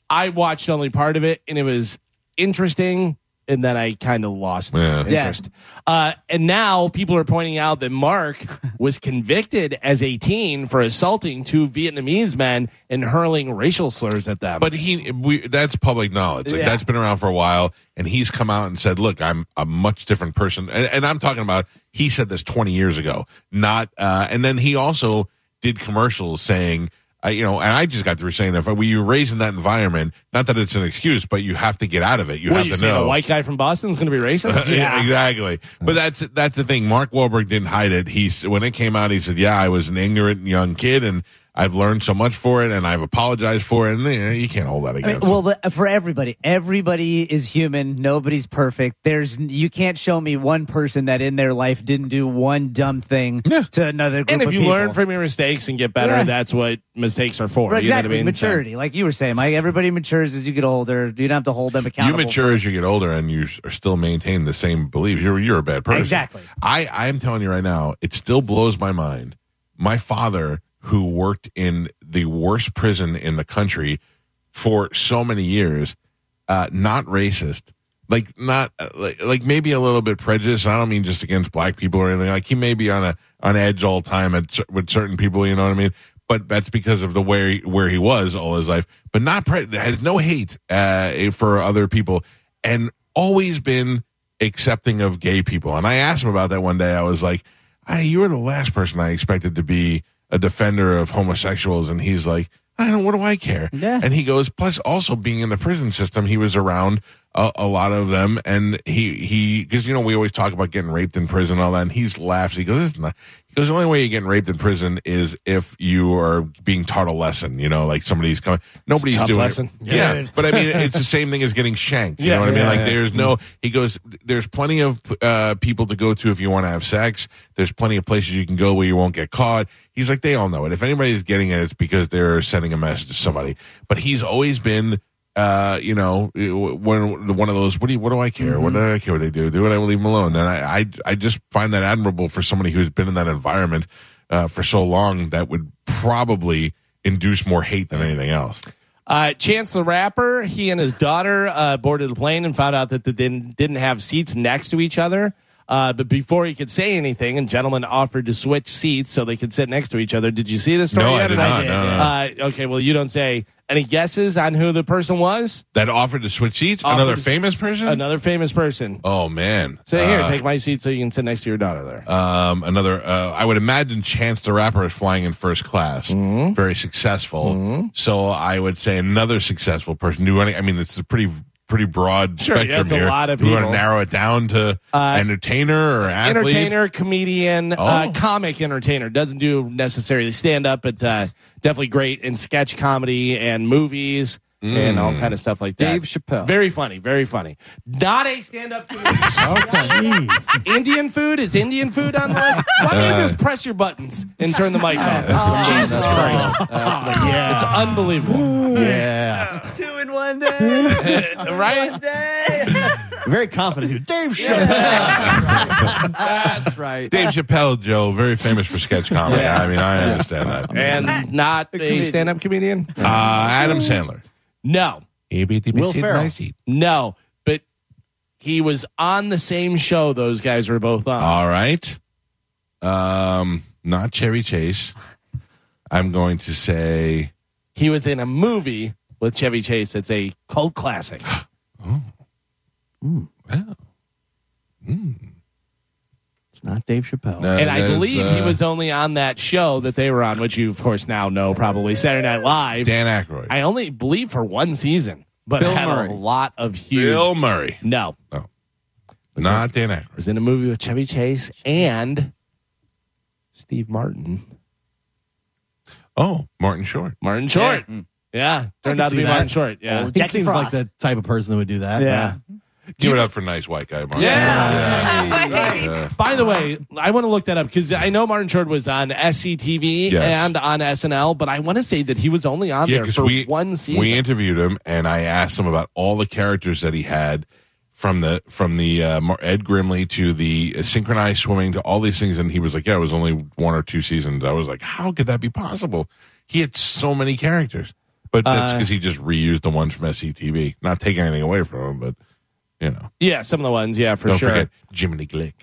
Speaker 3: I watched only part of it and it was interesting and then I kind of lost
Speaker 2: Yeah.
Speaker 6: Yeah.
Speaker 3: interest. Uh, and now people are pointing out that Mark
Speaker 6: [LAUGHS]
Speaker 3: was convicted as 18 for assaulting two Vietnamese men and hurling racial slurs at them.
Speaker 2: But he, we, that's public knowledge. Like,
Speaker 3: Yeah.
Speaker 2: That's been around for a while, and he's come out and said, "Look, I'm a much different person." And, and I'm talking about he said this 20 years ago. Not, uh, and then he also did commercials saying, I, "You know," and I just got through saying, "If we you're raised in that environment, not that it's an excuse, but you have to get out of it. You
Speaker 3: what are
Speaker 2: have
Speaker 3: you
Speaker 2: to
Speaker 3: saying?
Speaker 2: know." [LAUGHS]
Speaker 3: A white [LAUGHS] guy from Boston is going to be racist?
Speaker 2: exactly. But that's that's the thing. Mark Wahlberg didn't hide it. He s- when it came out, he said, "Yeah, I was an ignorant young kid, and I've learned so much for it, and I've apologized for it." And you, know, you can't hold that
Speaker 6: I mean,
Speaker 2: against.
Speaker 6: well,
Speaker 2: him.
Speaker 6: the, for everybody, everybody is human. Nobody's perfect. There's you can't show me one person that in their life didn't do one dumb thing to another group
Speaker 3: And if
Speaker 6: of
Speaker 3: you
Speaker 6: people.
Speaker 3: learn from your mistakes and get better,
Speaker 6: Yeah.
Speaker 3: that's what mistakes are for.
Speaker 6: Right,
Speaker 3: You know what I
Speaker 6: exactly
Speaker 3: mean? So-
Speaker 6: maturity, like you were saying, Mike. Everybody matures as you get older. You don't have to hold them accountable.
Speaker 2: You mature as you get older, and you s- are still maintain the same beliefs. You're you're a bad person.
Speaker 6: Exactly.
Speaker 2: I I am telling you right now, it still blows my mind. My father, who worked in the worst prison in the country for so many years, uh, not racist. Like not uh, like, like maybe a little bit prejudiced. and I don't mean just against black people or anything. Like he may be on a on edge all the time at, cer- with certain people. You know what I mean? But that's because of the way where he was all his life. But not pre- had no hate uh, for other people, and always been accepting of gay people. And I asked him about that one day. I was like, I, "You were the last person I expected to be a defender of homosexuals," and he's like. I don't. What do I care?
Speaker 6: Yeah.
Speaker 2: And he goes. Plus, also being in the prison system, he was around a, a lot of them. And he, he, cause you know, we always talk about getting raped in prison and all that. And he's laughs. He goes, it's not, he goes, the only way you're getting raped in prison is if you are being taught a lesson, you know, like somebody's coming, nobody's
Speaker 3: tough
Speaker 2: doing
Speaker 3: lesson.
Speaker 2: It. Yeah.
Speaker 3: Dude.
Speaker 2: But I mean, it's the same thing as getting shanked. You
Speaker 3: Yeah,
Speaker 2: know what I mean?
Speaker 3: yeah,
Speaker 2: like
Speaker 3: yeah.
Speaker 2: there's no, he goes, there's plenty of, uh, people to go to if you want to have sex. There's plenty of places you can go where you won't get caught. He's like, they all know it. If anybody's getting it, it's because they're sending a message to somebody. But he's always been, uh, you know, when one of those, what do you, what do I care? What
Speaker 3: Mm-hmm.
Speaker 2: do I care what they do? Do it, I will leave them alone. And I, I, I just find that admirable for somebody who's been in that environment uh, for so long that would probably induce more hate than anything else.
Speaker 3: Uh, Chance the Rapper, he and his daughter uh, boarded a plane and found out that they didn't, didn't have seats next to each other. Uh, but before he could say anything, a gentleman offered to switch seats so they could sit next to each other. Did you see this story?
Speaker 2: No, I
Speaker 3: yet?
Speaker 2: did not. No, no,
Speaker 3: Uh, okay, well, you don't say. Any guesses on who the person was?
Speaker 2: That offered to switch seats,
Speaker 3: Offered
Speaker 2: another
Speaker 3: to s-
Speaker 2: famous person.
Speaker 3: Another famous person.
Speaker 2: oh man!
Speaker 3: So here,
Speaker 2: Uh,
Speaker 3: take my seat so you can sit next to your daughter there.
Speaker 2: um, another. Uh, I would imagine Chance the Rapper is flying in first class,
Speaker 3: Mm-hmm.
Speaker 2: very successful. So I would say another successful person. Do you wanna- I mean, it's a pretty pretty broad
Speaker 3: Sure, yeah,
Speaker 2: spectrum
Speaker 3: it's a
Speaker 2: here.
Speaker 3: lot of
Speaker 2: Do you want to
Speaker 3: people. Uh,
Speaker 2: narrow it down to entertainer or athlete?
Speaker 3: entertainer, comedian, uh,
Speaker 2: Oh.
Speaker 3: comic entertainer. Doesn't do necessarily stand up, but uh, definitely great in sketch comedy and movies and all kind of stuff like that.
Speaker 5: Dave Chappelle.
Speaker 3: Very funny, very funny. Not a stand up comedian. [LAUGHS]
Speaker 4: Jeez.
Speaker 3: Indian food? Is Indian food on the list? Why don't you just press your buttons and turn the mic [LAUGHS] off? Uh. Jesus Christ. Uh, yeah. It's unbelievable.
Speaker 4: [LAUGHS] Yeah.
Speaker 6: Two in one day.
Speaker 3: Right?
Speaker 4: Very confident. dude. Dave Chappelle.
Speaker 5: That's right.
Speaker 2: Dave Chappelle, Joe, very famous for
Speaker 3: [LAUGHS]
Speaker 2: sketch comedy. I mean, I understand that.
Speaker 3: And not a
Speaker 6: comedian.
Speaker 3: stand up comedian?
Speaker 2: Uh, Adam Sandler.
Speaker 3: No.
Speaker 2: Will
Speaker 4: Ferrell.
Speaker 3: No, but he was on the same show those guys were both on.
Speaker 2: All right. Um, not Cherry Chase. I'm going to say.
Speaker 3: he was in a movie with Chevy Chase. It's a cult classic.
Speaker 2: Wow.
Speaker 4: It's not Dave Chappelle.
Speaker 2: No,
Speaker 3: and I
Speaker 2: there's,
Speaker 3: believe he
Speaker 2: uh,
Speaker 3: was only on that show that they were on, which you, of course, now know probably Saturday Night Live.
Speaker 2: Dan Aykroyd.
Speaker 3: I only believe for one season, but
Speaker 5: Bill
Speaker 3: had
Speaker 5: Murray.
Speaker 3: a lot of huge.
Speaker 2: Bill Murray.
Speaker 3: No,
Speaker 2: Not Dan Aykroyd.
Speaker 3: was in a movie with Chevy Chase and Steve Martin.
Speaker 2: Oh, Martin Short.
Speaker 3: Martin Short. Yeah, turned
Speaker 4: can
Speaker 3: out to
Speaker 4: see
Speaker 3: be
Speaker 4: that.
Speaker 3: Martin Short. Yeah.
Speaker 4: He
Speaker 6: Jackie
Speaker 4: seems like
Speaker 6: Frost.
Speaker 4: the type of person that would do that.
Speaker 3: Yeah.
Speaker 2: Give it up for nice white guy, Martin. Uh,
Speaker 3: By the way, I want to look that up because I know Martin Short was on SCTV
Speaker 2: Yes.
Speaker 3: and on SNL, but I want to say that he was only on
Speaker 2: yeah,
Speaker 3: there
Speaker 2: because
Speaker 3: for
Speaker 2: we
Speaker 3: one season.
Speaker 2: we interviewed him, and I asked him about all the characters that he had from the from the uh, Mar- Ed Grimley to the uh, synchronized swimming to all these things, and he was like, "Yeah, it was only one or two seasons." I was like, "How could that be possible?" He had so many characters, but
Speaker 3: Uh,
Speaker 2: that's because he just reused the ones from SCTV. Not taking anything away from him, but you know,
Speaker 3: yeah, some of the ones, yeah, for
Speaker 2: don't
Speaker 3: sure.
Speaker 2: forget Jiminy Glick.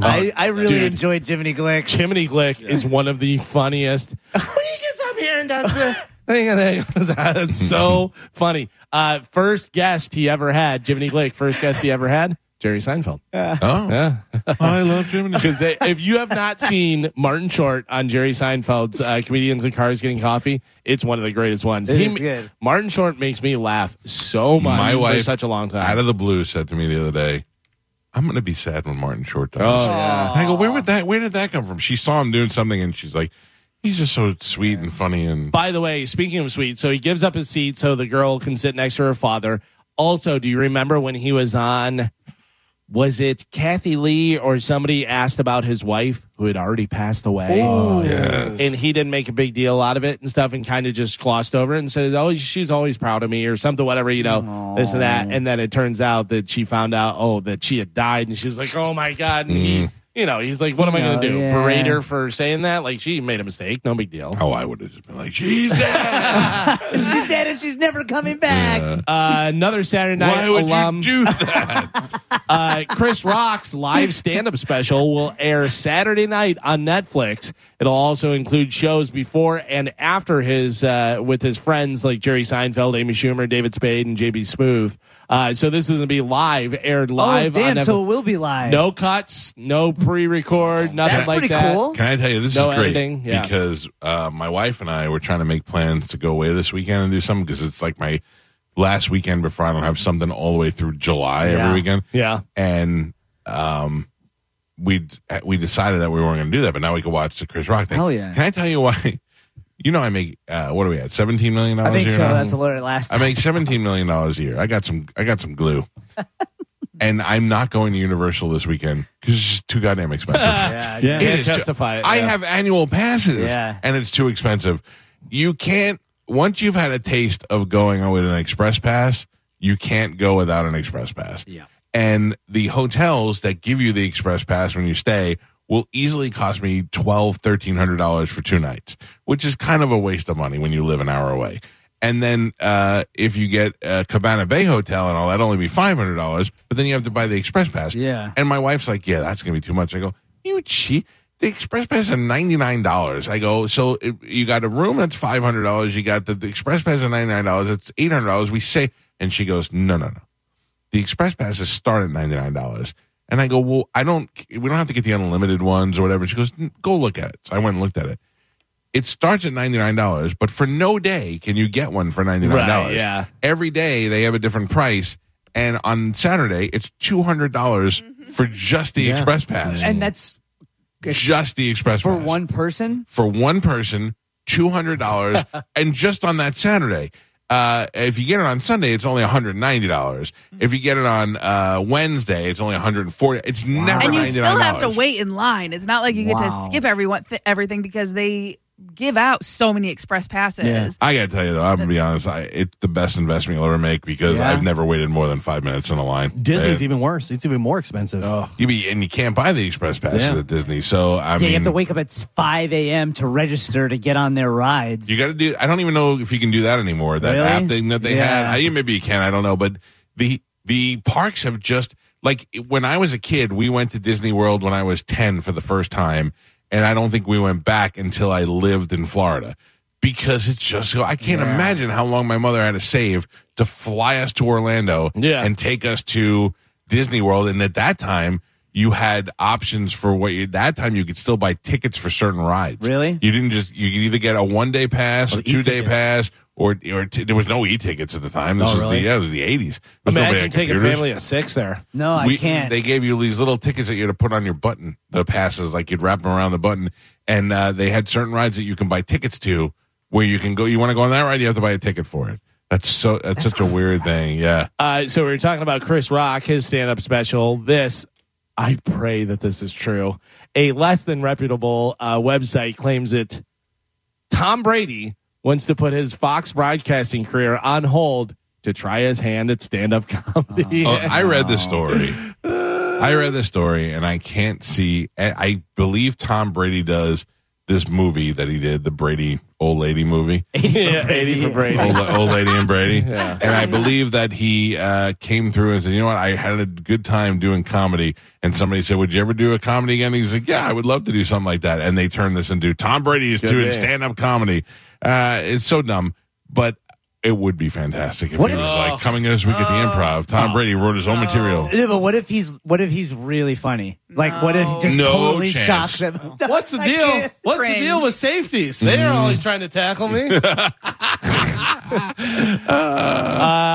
Speaker 6: I, I really
Speaker 3: Dude.
Speaker 6: enjoyed Jiminy
Speaker 2: [LAUGHS]
Speaker 6: Glick.
Speaker 3: Jiminy Glick is one of the funniest. [LAUGHS] Who do you gets up here and does [LAUGHS] this? thing and then goes [LAUGHS] out?
Speaker 2: [LAUGHS]
Speaker 3: It's so funny. Uh, first guest he ever had, Jiminy Glick, first guest he ever had, Jerry Seinfeld.
Speaker 2: Oh,
Speaker 3: Yeah.
Speaker 2: I love [LAUGHS] Jiminy.
Speaker 3: [LAUGHS] Because if you have not seen Martin Short on Jerry Seinfeld's uh, Comedians in Cars Getting Coffee, it's one of the greatest ones.
Speaker 6: It is good.
Speaker 3: Martin Short makes me laugh so much
Speaker 2: My
Speaker 3: for
Speaker 2: wife,
Speaker 3: such a long time.
Speaker 2: out of the blue, said to me the other day, "I'm going to be sad when Martin Short dies."
Speaker 3: Oh, yeah.
Speaker 2: And I go, "Where would that? Where did that come from?" She saw him doing something, and she's like, "He's just so sweet and funny." And
Speaker 3: By the way, speaking of sweet, so he gives up his seat so the girl can sit next to her father. Also, do you remember when he was on? Was it Kathy Lee or somebody asked about his wife who had already passed away?
Speaker 2: yeah,
Speaker 3: and he didn't make a big deal out of it and stuff and kind of just glossed over it and said, Oh, she's always proud of me or something, whatever, you know, this and that. And then it turns out that she found out, oh, that she had died and she's like, Oh my God. And he, you know, he's like, What am I going to do?
Speaker 6: yeah.
Speaker 3: Berate her for saying that? Like, she made a mistake. No big deal.
Speaker 2: oh, I would have just been like, "She's
Speaker 3: [LAUGHS]
Speaker 2: dead.
Speaker 6: She's dead and she's never coming back.
Speaker 3: Uh, another Saturday night
Speaker 2: Why would
Speaker 3: alum,
Speaker 2: you do
Speaker 3: [LAUGHS]
Speaker 2: that?"
Speaker 3: uh, Chris Rock's live stand up special will air Saturday night on Netflix. It'll also include shows before and after his, uh, with his friends like Jerry Seinfeld, Amy Schumer, David Spade, and JB Smooth. Uh, so this is going to be live, aired live
Speaker 6: oh, damn,
Speaker 3: on
Speaker 6: so it
Speaker 3: Netflix.
Speaker 6: will be live.
Speaker 3: No cuts, no pre record, nothing
Speaker 6: That's
Speaker 3: like
Speaker 6: pretty
Speaker 3: that.
Speaker 6: cool.
Speaker 2: Can I tell you this
Speaker 3: No
Speaker 2: is great
Speaker 3: editing, yeah.
Speaker 2: because uh, my wife and I were trying to make plans to go away this weekend and do something because it's like my last weekend before I don't have something all the way through July
Speaker 3: Yeah.
Speaker 2: every weekend.
Speaker 3: Yeah.
Speaker 2: And um, we we decided that we weren't going to do that, but now we can watch the Chris Rock thing.
Speaker 6: Hell yeah.
Speaker 2: Can I tell you why? [LAUGHS] You know, I make uh, what are we at? Seventeen million dollars.
Speaker 6: I think
Speaker 2: a
Speaker 6: so.
Speaker 2: year now?
Speaker 6: That's a little last.
Speaker 2: I make seventeen million dollars a year. I got some. I got some
Speaker 6: [LAUGHS]
Speaker 2: glue, and I'm not going to Universal this weekend because it's just too goddamn
Speaker 6: [LAUGHS]
Speaker 2: expensive.
Speaker 3: Yeah, you
Speaker 2: It
Speaker 3: can't
Speaker 2: is ju-
Speaker 3: justify it.
Speaker 2: I
Speaker 3: yeah.
Speaker 2: have annual passes,
Speaker 6: Yeah.
Speaker 2: and it's too expensive. You can't. Once you've had a taste of going with an express pass, you can't go without an express pass.
Speaker 4: Yeah.
Speaker 2: And the hotels that give you the express pass when you stay will easily cost me twelve, thirteen hundred dollars for two nights, which is kind of a waste of money when you live an hour away. And then uh, if you get a Cabana Bay hotel and all that, only be five hundred dollars. But then you have to buy the express pass.
Speaker 6: Yeah.
Speaker 2: And my wife's like, "Yeah, that's gonna be too much." I go, "You cheat." The express pass is ninety nine dollars. I go, so it, you got a room that's five hundred dollars. You got the, the express pass at ninety nine dollars. It's eight hundred dollars. We say, and she goes, "No, no, no." the express passes start at ninety nine dollars. And I go, well, I don't. We don't have to get the unlimited ones or whatever. She goes, "N- go look at it. So I went and looked at it. It starts at ninety nine dollars, but for no day can you get one for ninety nine dollars.
Speaker 3: Right, yeah.
Speaker 2: Every day they have a different price, and on Saturday it's two hundred dollars
Speaker 8: Mm-hmm.
Speaker 2: for just the express pass.
Speaker 6: And that's
Speaker 2: just the express
Speaker 6: for
Speaker 2: pass
Speaker 6: one person.
Speaker 2: for one person, two hundred
Speaker 6: [LAUGHS]
Speaker 2: dollars, and just on that Saturday. Uh, if you get it on Sunday, it's only one hundred ninety dollars.
Speaker 8: Mm-hmm.
Speaker 2: If you get it on uh, Wednesday, it's only one hundred forty. It's never
Speaker 8: and you
Speaker 2: ninety
Speaker 8: still
Speaker 2: nine
Speaker 8: have to
Speaker 2: dollars.
Speaker 8: wait in line. It's not like you get to
Speaker 6: Wow.
Speaker 8: skip everyone th- everything because they give out so many express passes.
Speaker 4: Yeah.
Speaker 2: I gotta tell you though, I'm gonna be honest. I, it's the best investment you'll ever make because
Speaker 6: Yeah.
Speaker 2: I've never waited more than five minutes in a line.
Speaker 4: Disney's
Speaker 2: Uh,
Speaker 4: even worse. It's even more expensive.
Speaker 2: you be and you can't buy the express passes
Speaker 4: Yeah.
Speaker 2: at Disney. So I
Speaker 6: Yeah,
Speaker 2: mean,
Speaker 6: you have to wake up at 5 a.m. to register to get on their rides.
Speaker 2: You got to do. I don't even know if you can do that anymore. That
Speaker 6: Really?
Speaker 2: app thing that they had.
Speaker 6: Yeah.
Speaker 2: I, you- maybe you can. I don't know. But the the parks have just like when I was a kid, we went to Disney World when I was ten for the first time, and I don't think we went back until I lived in Florida because it's just. I can't imagine how long my mother had to save to fly us to Orlando
Speaker 3: Yeah.
Speaker 2: and take us to Disney World. And at that time. You had options for what you, that time you could still buy tickets for certain rides.
Speaker 6: Really?
Speaker 2: You didn't just you could either get a one day pass, a
Speaker 4: the
Speaker 2: two day
Speaker 4: e-tickets.
Speaker 2: pass, or or t- there was no e tickets at the time. This
Speaker 4: Oh,
Speaker 2: was the
Speaker 4: really?
Speaker 2: yeah, it was the eighties.
Speaker 3: Imagine taking a family of six there.
Speaker 6: no, Oh, I
Speaker 2: we,
Speaker 6: can't.
Speaker 2: They gave you these little tickets that you had to put on your button, the passes, like you'd wrap them around the button, and uh, they had certain rides that you can buy tickets to, where you can go. You want to go on that ride, you have to buy a ticket for it. That's so. That's, such a weird thing. Yeah.
Speaker 3: Uh, so we were talking about Chris Rock, his stand-up special. This, I pray that this is true. A less than reputable uh, website claims it. Tom Brady wants to put his Fox broadcasting career on hold to try his hand at stand-up comedy.
Speaker 2: Oh, I read this
Speaker 6: [LAUGHS]
Speaker 2: story. I read this story, and I can't see. I- I believe Tom Brady does this movie that he did, the Brady old lady movie.
Speaker 3: yeah, [LAUGHS] eighty for Brady.
Speaker 2: [LAUGHS] old, old lady and
Speaker 6: [LAUGHS]
Speaker 2: Brady. And I believe that he uh, came through and said, you know what, I had a good time doing comedy. And somebody said, would you ever do a comedy again? he's like, yeah, I would love to do something like that. And they turned this into Tom Brady is doing
Speaker 3: thing.
Speaker 2: stand up comedy. Uh, it's so dumb, but it would be fantastic if
Speaker 6: What
Speaker 2: he
Speaker 6: if- Oh.
Speaker 2: was like coming in this week at the improv. Tom Brady wrote his own material.
Speaker 6: Yeah, but what if he's what if he's really funny? Like what if he just
Speaker 2: No
Speaker 6: totally
Speaker 2: chance.
Speaker 6: shocks them?
Speaker 3: What's the
Speaker 6: I
Speaker 3: deal?
Speaker 6: can't.
Speaker 3: What's the
Speaker 8: Cringe.
Speaker 3: deal with safeties? They're
Speaker 2: Mm-hmm.
Speaker 3: always trying to tackle
Speaker 2: [LAUGHS]
Speaker 3: me. uh,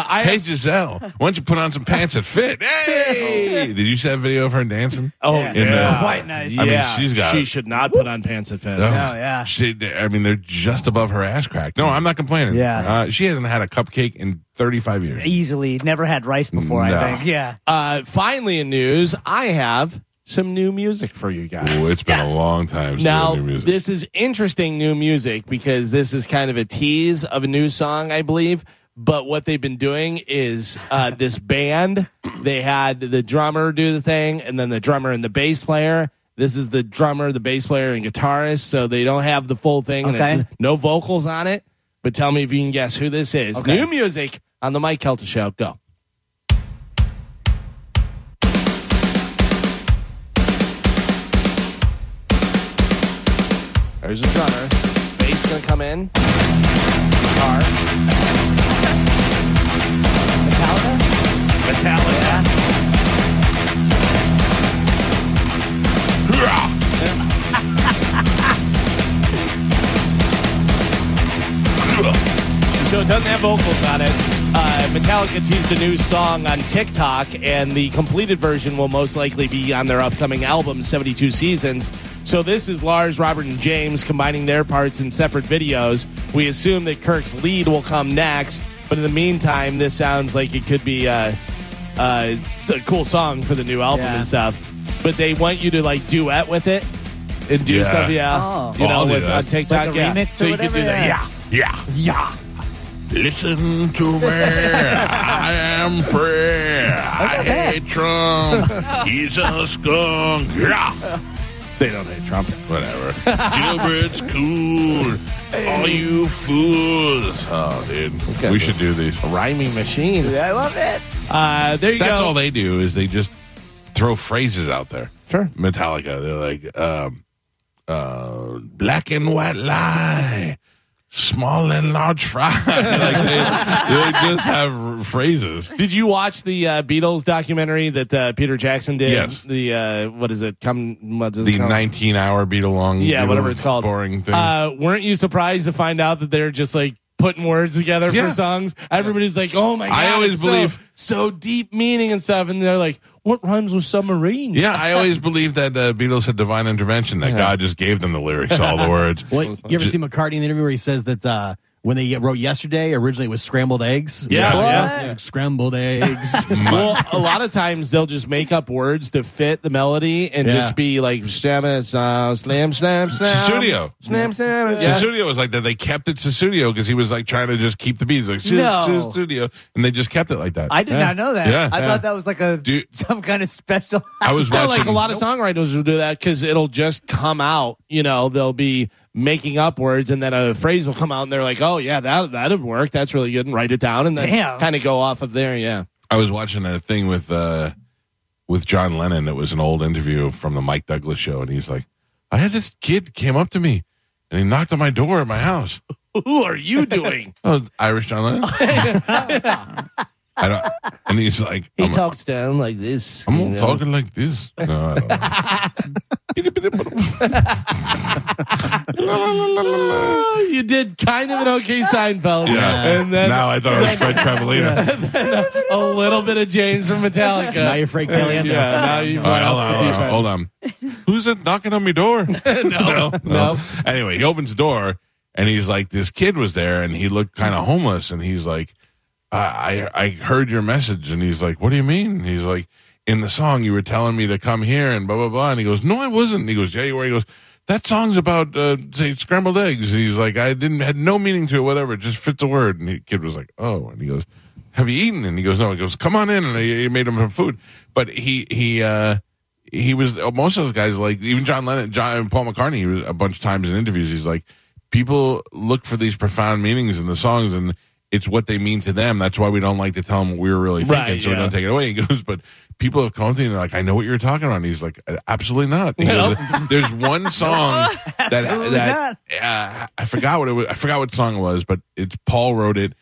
Speaker 3: I
Speaker 2: Hey Giselle, why don't you put on some pants that fit? Hey, did you see that video of her dancing?
Speaker 3: oh
Speaker 6: Yeah.
Speaker 2: Yeah.
Speaker 6: Quite nice.
Speaker 2: I mean, she's got
Speaker 3: she
Speaker 2: it.
Speaker 3: should not put on pants at Fed.
Speaker 2: No.
Speaker 6: yeah.
Speaker 2: Oh. She, I mean, they're just above her ass crack. No, I'm not complaining.
Speaker 6: Yeah.
Speaker 2: Uh, she hasn't had a cupcake in 35 years.
Speaker 6: [LAUGHS] Easily never had rice before.
Speaker 2: No.
Speaker 6: I think. Yeah.
Speaker 3: Uh, finally, in news, I have some new music for you guys.
Speaker 2: Ooh, it's been a long time since
Speaker 3: now,
Speaker 2: we had new music.
Speaker 3: this is interesting new music because this is kind of a tease of a new song, I believe. But what they've been doing is uh,
Speaker 6: [LAUGHS]
Speaker 3: this band, they had the drummer do the thing, and then the drummer and the bass player. This is the drummer, the bass player, and guitarist. So they don't have the full thing. and
Speaker 6: Okay.
Speaker 3: it's no vocals on it. But tell me if you can guess who this is.
Speaker 6: Okay.
Speaker 3: New music on the Mike Kelter Show. Go. There's the drummer. Bass gonna come in. Guitar.
Speaker 6: Metallica?
Speaker 3: Metallica. So it doesn't have vocals on it. Uh, Metallica teased a new song on TikTok, and the completed version will most likely be on their upcoming album, 72 Seasons. So, this is Lars, Robert, and James combining their parts in separate videos. We assume that Kirk's lead will come next, but in the meantime, this sounds like it could be uh, uh, it's a cool song for the new album
Speaker 6: Yeah.
Speaker 3: and stuff. But they want you to like duet with it and do
Speaker 2: Yeah.
Speaker 3: something, yeah.
Speaker 6: Oh.
Speaker 3: You
Speaker 2: Oh, I'll
Speaker 3: know,
Speaker 2: do
Speaker 3: with,
Speaker 2: that.
Speaker 3: on TikTok,
Speaker 6: Like a
Speaker 3: yeah.
Speaker 6: remix or
Speaker 3: so you can
Speaker 6: whatever,
Speaker 3: do that,
Speaker 6: yeah.
Speaker 3: yeah, yeah, yeah.
Speaker 2: Listen to
Speaker 3: [LAUGHS]
Speaker 2: me. I am free. I hate Trump. He's a skunk. Yeah.
Speaker 3: They don't hate Trump. [LAUGHS]
Speaker 2: Whatever. Gilbert's cool. All you fools. Oh, dude.
Speaker 3: guy
Speaker 2: We
Speaker 3: was-
Speaker 2: should do these.
Speaker 3: Rhyming machine.
Speaker 6: I love it.
Speaker 3: Uh, there you
Speaker 2: That's
Speaker 3: go.
Speaker 2: all they do is they just throw phrases out there.
Speaker 3: Sure.
Speaker 2: Metallica. They're like, um, uh, black and white lie, small and large fry. [LAUGHS] like they, they just have phrases.
Speaker 3: Did you watch the uh, Beatles documentary that uh, Peter Jackson did?
Speaker 2: Yes.
Speaker 3: The uh, what is it? Come what is it
Speaker 2: The
Speaker 3: called?
Speaker 2: 19 hour beat along.
Speaker 3: Yeah, whatever it's called.
Speaker 2: Boring thing.
Speaker 3: Uh, weren't you surprised to find out that they're just like putting words together
Speaker 2: Yeah.
Speaker 3: for songs? Everybody's like, "Oh my god!"
Speaker 2: I always
Speaker 3: it's so-
Speaker 2: believe-
Speaker 3: so, deep meaning and stuff, and they're like, "What rhymes with submarine?"
Speaker 2: yeah, I always believed that uh, Beatles had divine intervention, that God just gave them the lyrics, all
Speaker 3: [LAUGHS]
Speaker 2: the words.
Speaker 4: Well, you ever see McCartney in the interview where he says that uh, when they wrote yesterday, originally it was scrambled eggs?
Speaker 3: Yeah,
Speaker 4: What?
Speaker 3: yeah.
Speaker 4: Like, Scrambled
Speaker 2: [LAUGHS]
Speaker 4: eggs.
Speaker 3: well, a lot of times they'll just make up words to fit the melody and
Speaker 4: Yeah.
Speaker 3: just be like slam, uh, slam, slam, slam.
Speaker 2: Studio.
Speaker 3: Slam, slam. Yeah.
Speaker 2: Susudio was like that. They kept it Susudio because he was like trying to just keep the beat. He's like,
Speaker 6: No.
Speaker 2: Susudio. And they just kept it like that.
Speaker 6: I did not know that.
Speaker 2: Yeah.
Speaker 6: I
Speaker 2: Yeah.
Speaker 6: thought that was like a
Speaker 2: Dude.
Speaker 6: [LAUGHS] some kind of special.
Speaker 2: I was
Speaker 3: Yeah,
Speaker 2: watching.
Speaker 3: [LAUGHS] like a lot of songwriters will do that because it'll just come out. You know, they'll be making up words and then a phrase will come out and they're like, "Oh yeah, that that'd work. That's really good," and write it down and then
Speaker 6: Damn.
Speaker 3: kind of go off of
Speaker 2: [LAUGHS]
Speaker 3: there. Yeah,
Speaker 2: I was watching a thing with uh, with John Lennon. It was an old interview from the Mike Douglas show, and he's like, "I had this kid came up to me, and he knocked on my door at my house.
Speaker 3: who are you doing?
Speaker 2: Oh, Irish John
Speaker 3: [LAUGHS]
Speaker 2: Lennon. I don't, and he's like,
Speaker 3: [LAUGHS]
Speaker 2: "I'm,
Speaker 3: talks down like this.
Speaker 2: I'm all talking like this." No, I don't
Speaker 3: [LAUGHS]
Speaker 2: know.
Speaker 3: [LAUGHS] You did kind of an okay Seinfeld,
Speaker 2: yeah.
Speaker 3: and then
Speaker 2: now I thought
Speaker 3: [LAUGHS]
Speaker 2: it was Fred Travolina.
Speaker 3: a little bit of James from Metallica.
Speaker 4: now you're Frank
Speaker 3: [LAUGHS]
Speaker 4: Caliendo.
Speaker 3: yeah, now you.
Speaker 2: All right, hold on, hold on, hold on. Who's it knocking on my door? no, [LAUGHS] no,
Speaker 3: no.
Speaker 2: Anyway, he opens the door and he's like, this kid was there and he looked kind of homeless and he's like, I, I I heard your message and he's like, what do you mean? And he's like, in the song you were telling me to come here and blah blah blah and he goes, no, I wasn't. And he goes, yeah, you were. He goes. That song's about uh, say scrambled eggs. And he's like, I didn't had no meaning to it. Whatever, it just fits a word. And the kid was like, oh. And he goes, Have you eaten? And he goes, No. He goes, Come on in. And he, he made him some food. But he he uh, he was most of those guys like even John Lennon, John Paul McCartney. He was a bunch of times in interviews. He's like, people look for these profound meanings in the songs, and it's what they mean to them. That's why we don't like to tell them what we were really thinking,
Speaker 3: Right,
Speaker 2: so we
Speaker 3: yeah.
Speaker 2: don't take it away. He goes, but people have come to me and they're like, I know what you're talking about. And he's like, absolutely not. He goes, There's one
Speaker 3: [LAUGHS]
Speaker 2: song that that uh, I forgot what it was. I forgot what song it was, but it's Paul wrote it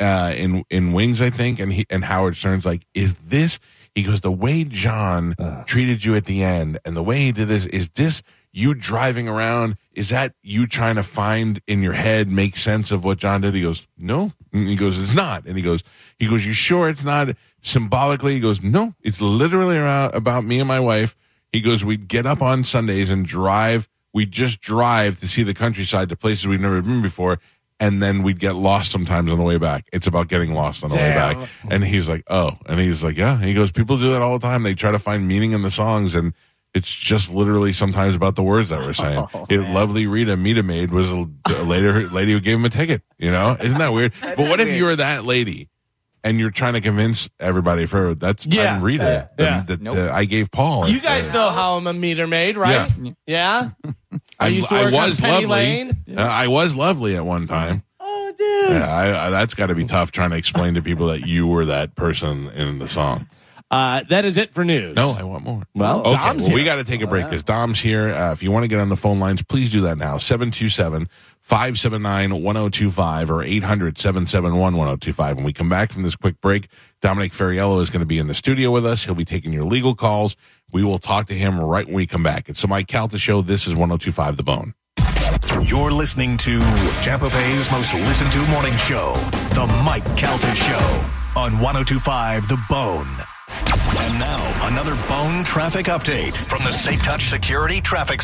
Speaker 2: uh, in in Wings, I think, and he and Howard Stern's like, is this? He goes, the way John treated you at the end, and the way he did this, is this you driving around? Is that you trying to find in your head make sense of what John did? He goes, no. And he goes, it's not. And he goes, he goes, you sure it's not symbolically? He goes, no, it's literally around, about me and my wife. He goes, we'd get up on Sundays and drive. We'd just drive to see the countryside to places we've never been before. And then we'd get lost sometimes on the way back. It's about getting lost on the way back. And he's like, oh. And he's like, yeah. And he goes, people do that all the time. They try to find meaning in the songs. And it's just literally sometimes about the words that we're saying. it, lovely Rita Mita Maid was a, a later lady who gave him a ticket. You know, isn't that weird? but what if you're that lady and you're trying to convince everybody for that's
Speaker 3: Yeah.
Speaker 2: I'm Rita
Speaker 3: Uh, yeah.
Speaker 2: that, that,
Speaker 5: Nope.
Speaker 2: uh, I gave Paul.
Speaker 3: You guys know how I'm a meter maid, right? Yeah. I used to work on Penny Lane.
Speaker 2: Uh, I was lovely at one time.
Speaker 3: Oh, dude.
Speaker 2: Yeah, I, I, that's got to be tough trying to explain to people that you were that person in the song.
Speaker 3: Uh, that is it for news.
Speaker 2: No, I want more.
Speaker 3: Well,
Speaker 2: okay,
Speaker 3: Dom's
Speaker 2: well, we
Speaker 3: here.
Speaker 2: got to take a break because Dom's here. Uh, if you want to get on the phone lines, please do that now. 727 579 1025 or 800 771 1025. When we come back from this quick break, Dominic Ferriello is going to be in the studio with us. He'll be taking your legal calls. oh We will talk to him right when we come back. It's the Mike Calta Show. This is 1025 The Bone.
Speaker 1: You're listening to Tampa Bay's most listened to morning show, The Mike Calta Show, on 1025 The Bone. And now, another bone traffic update from the Safe Touch Security Traffic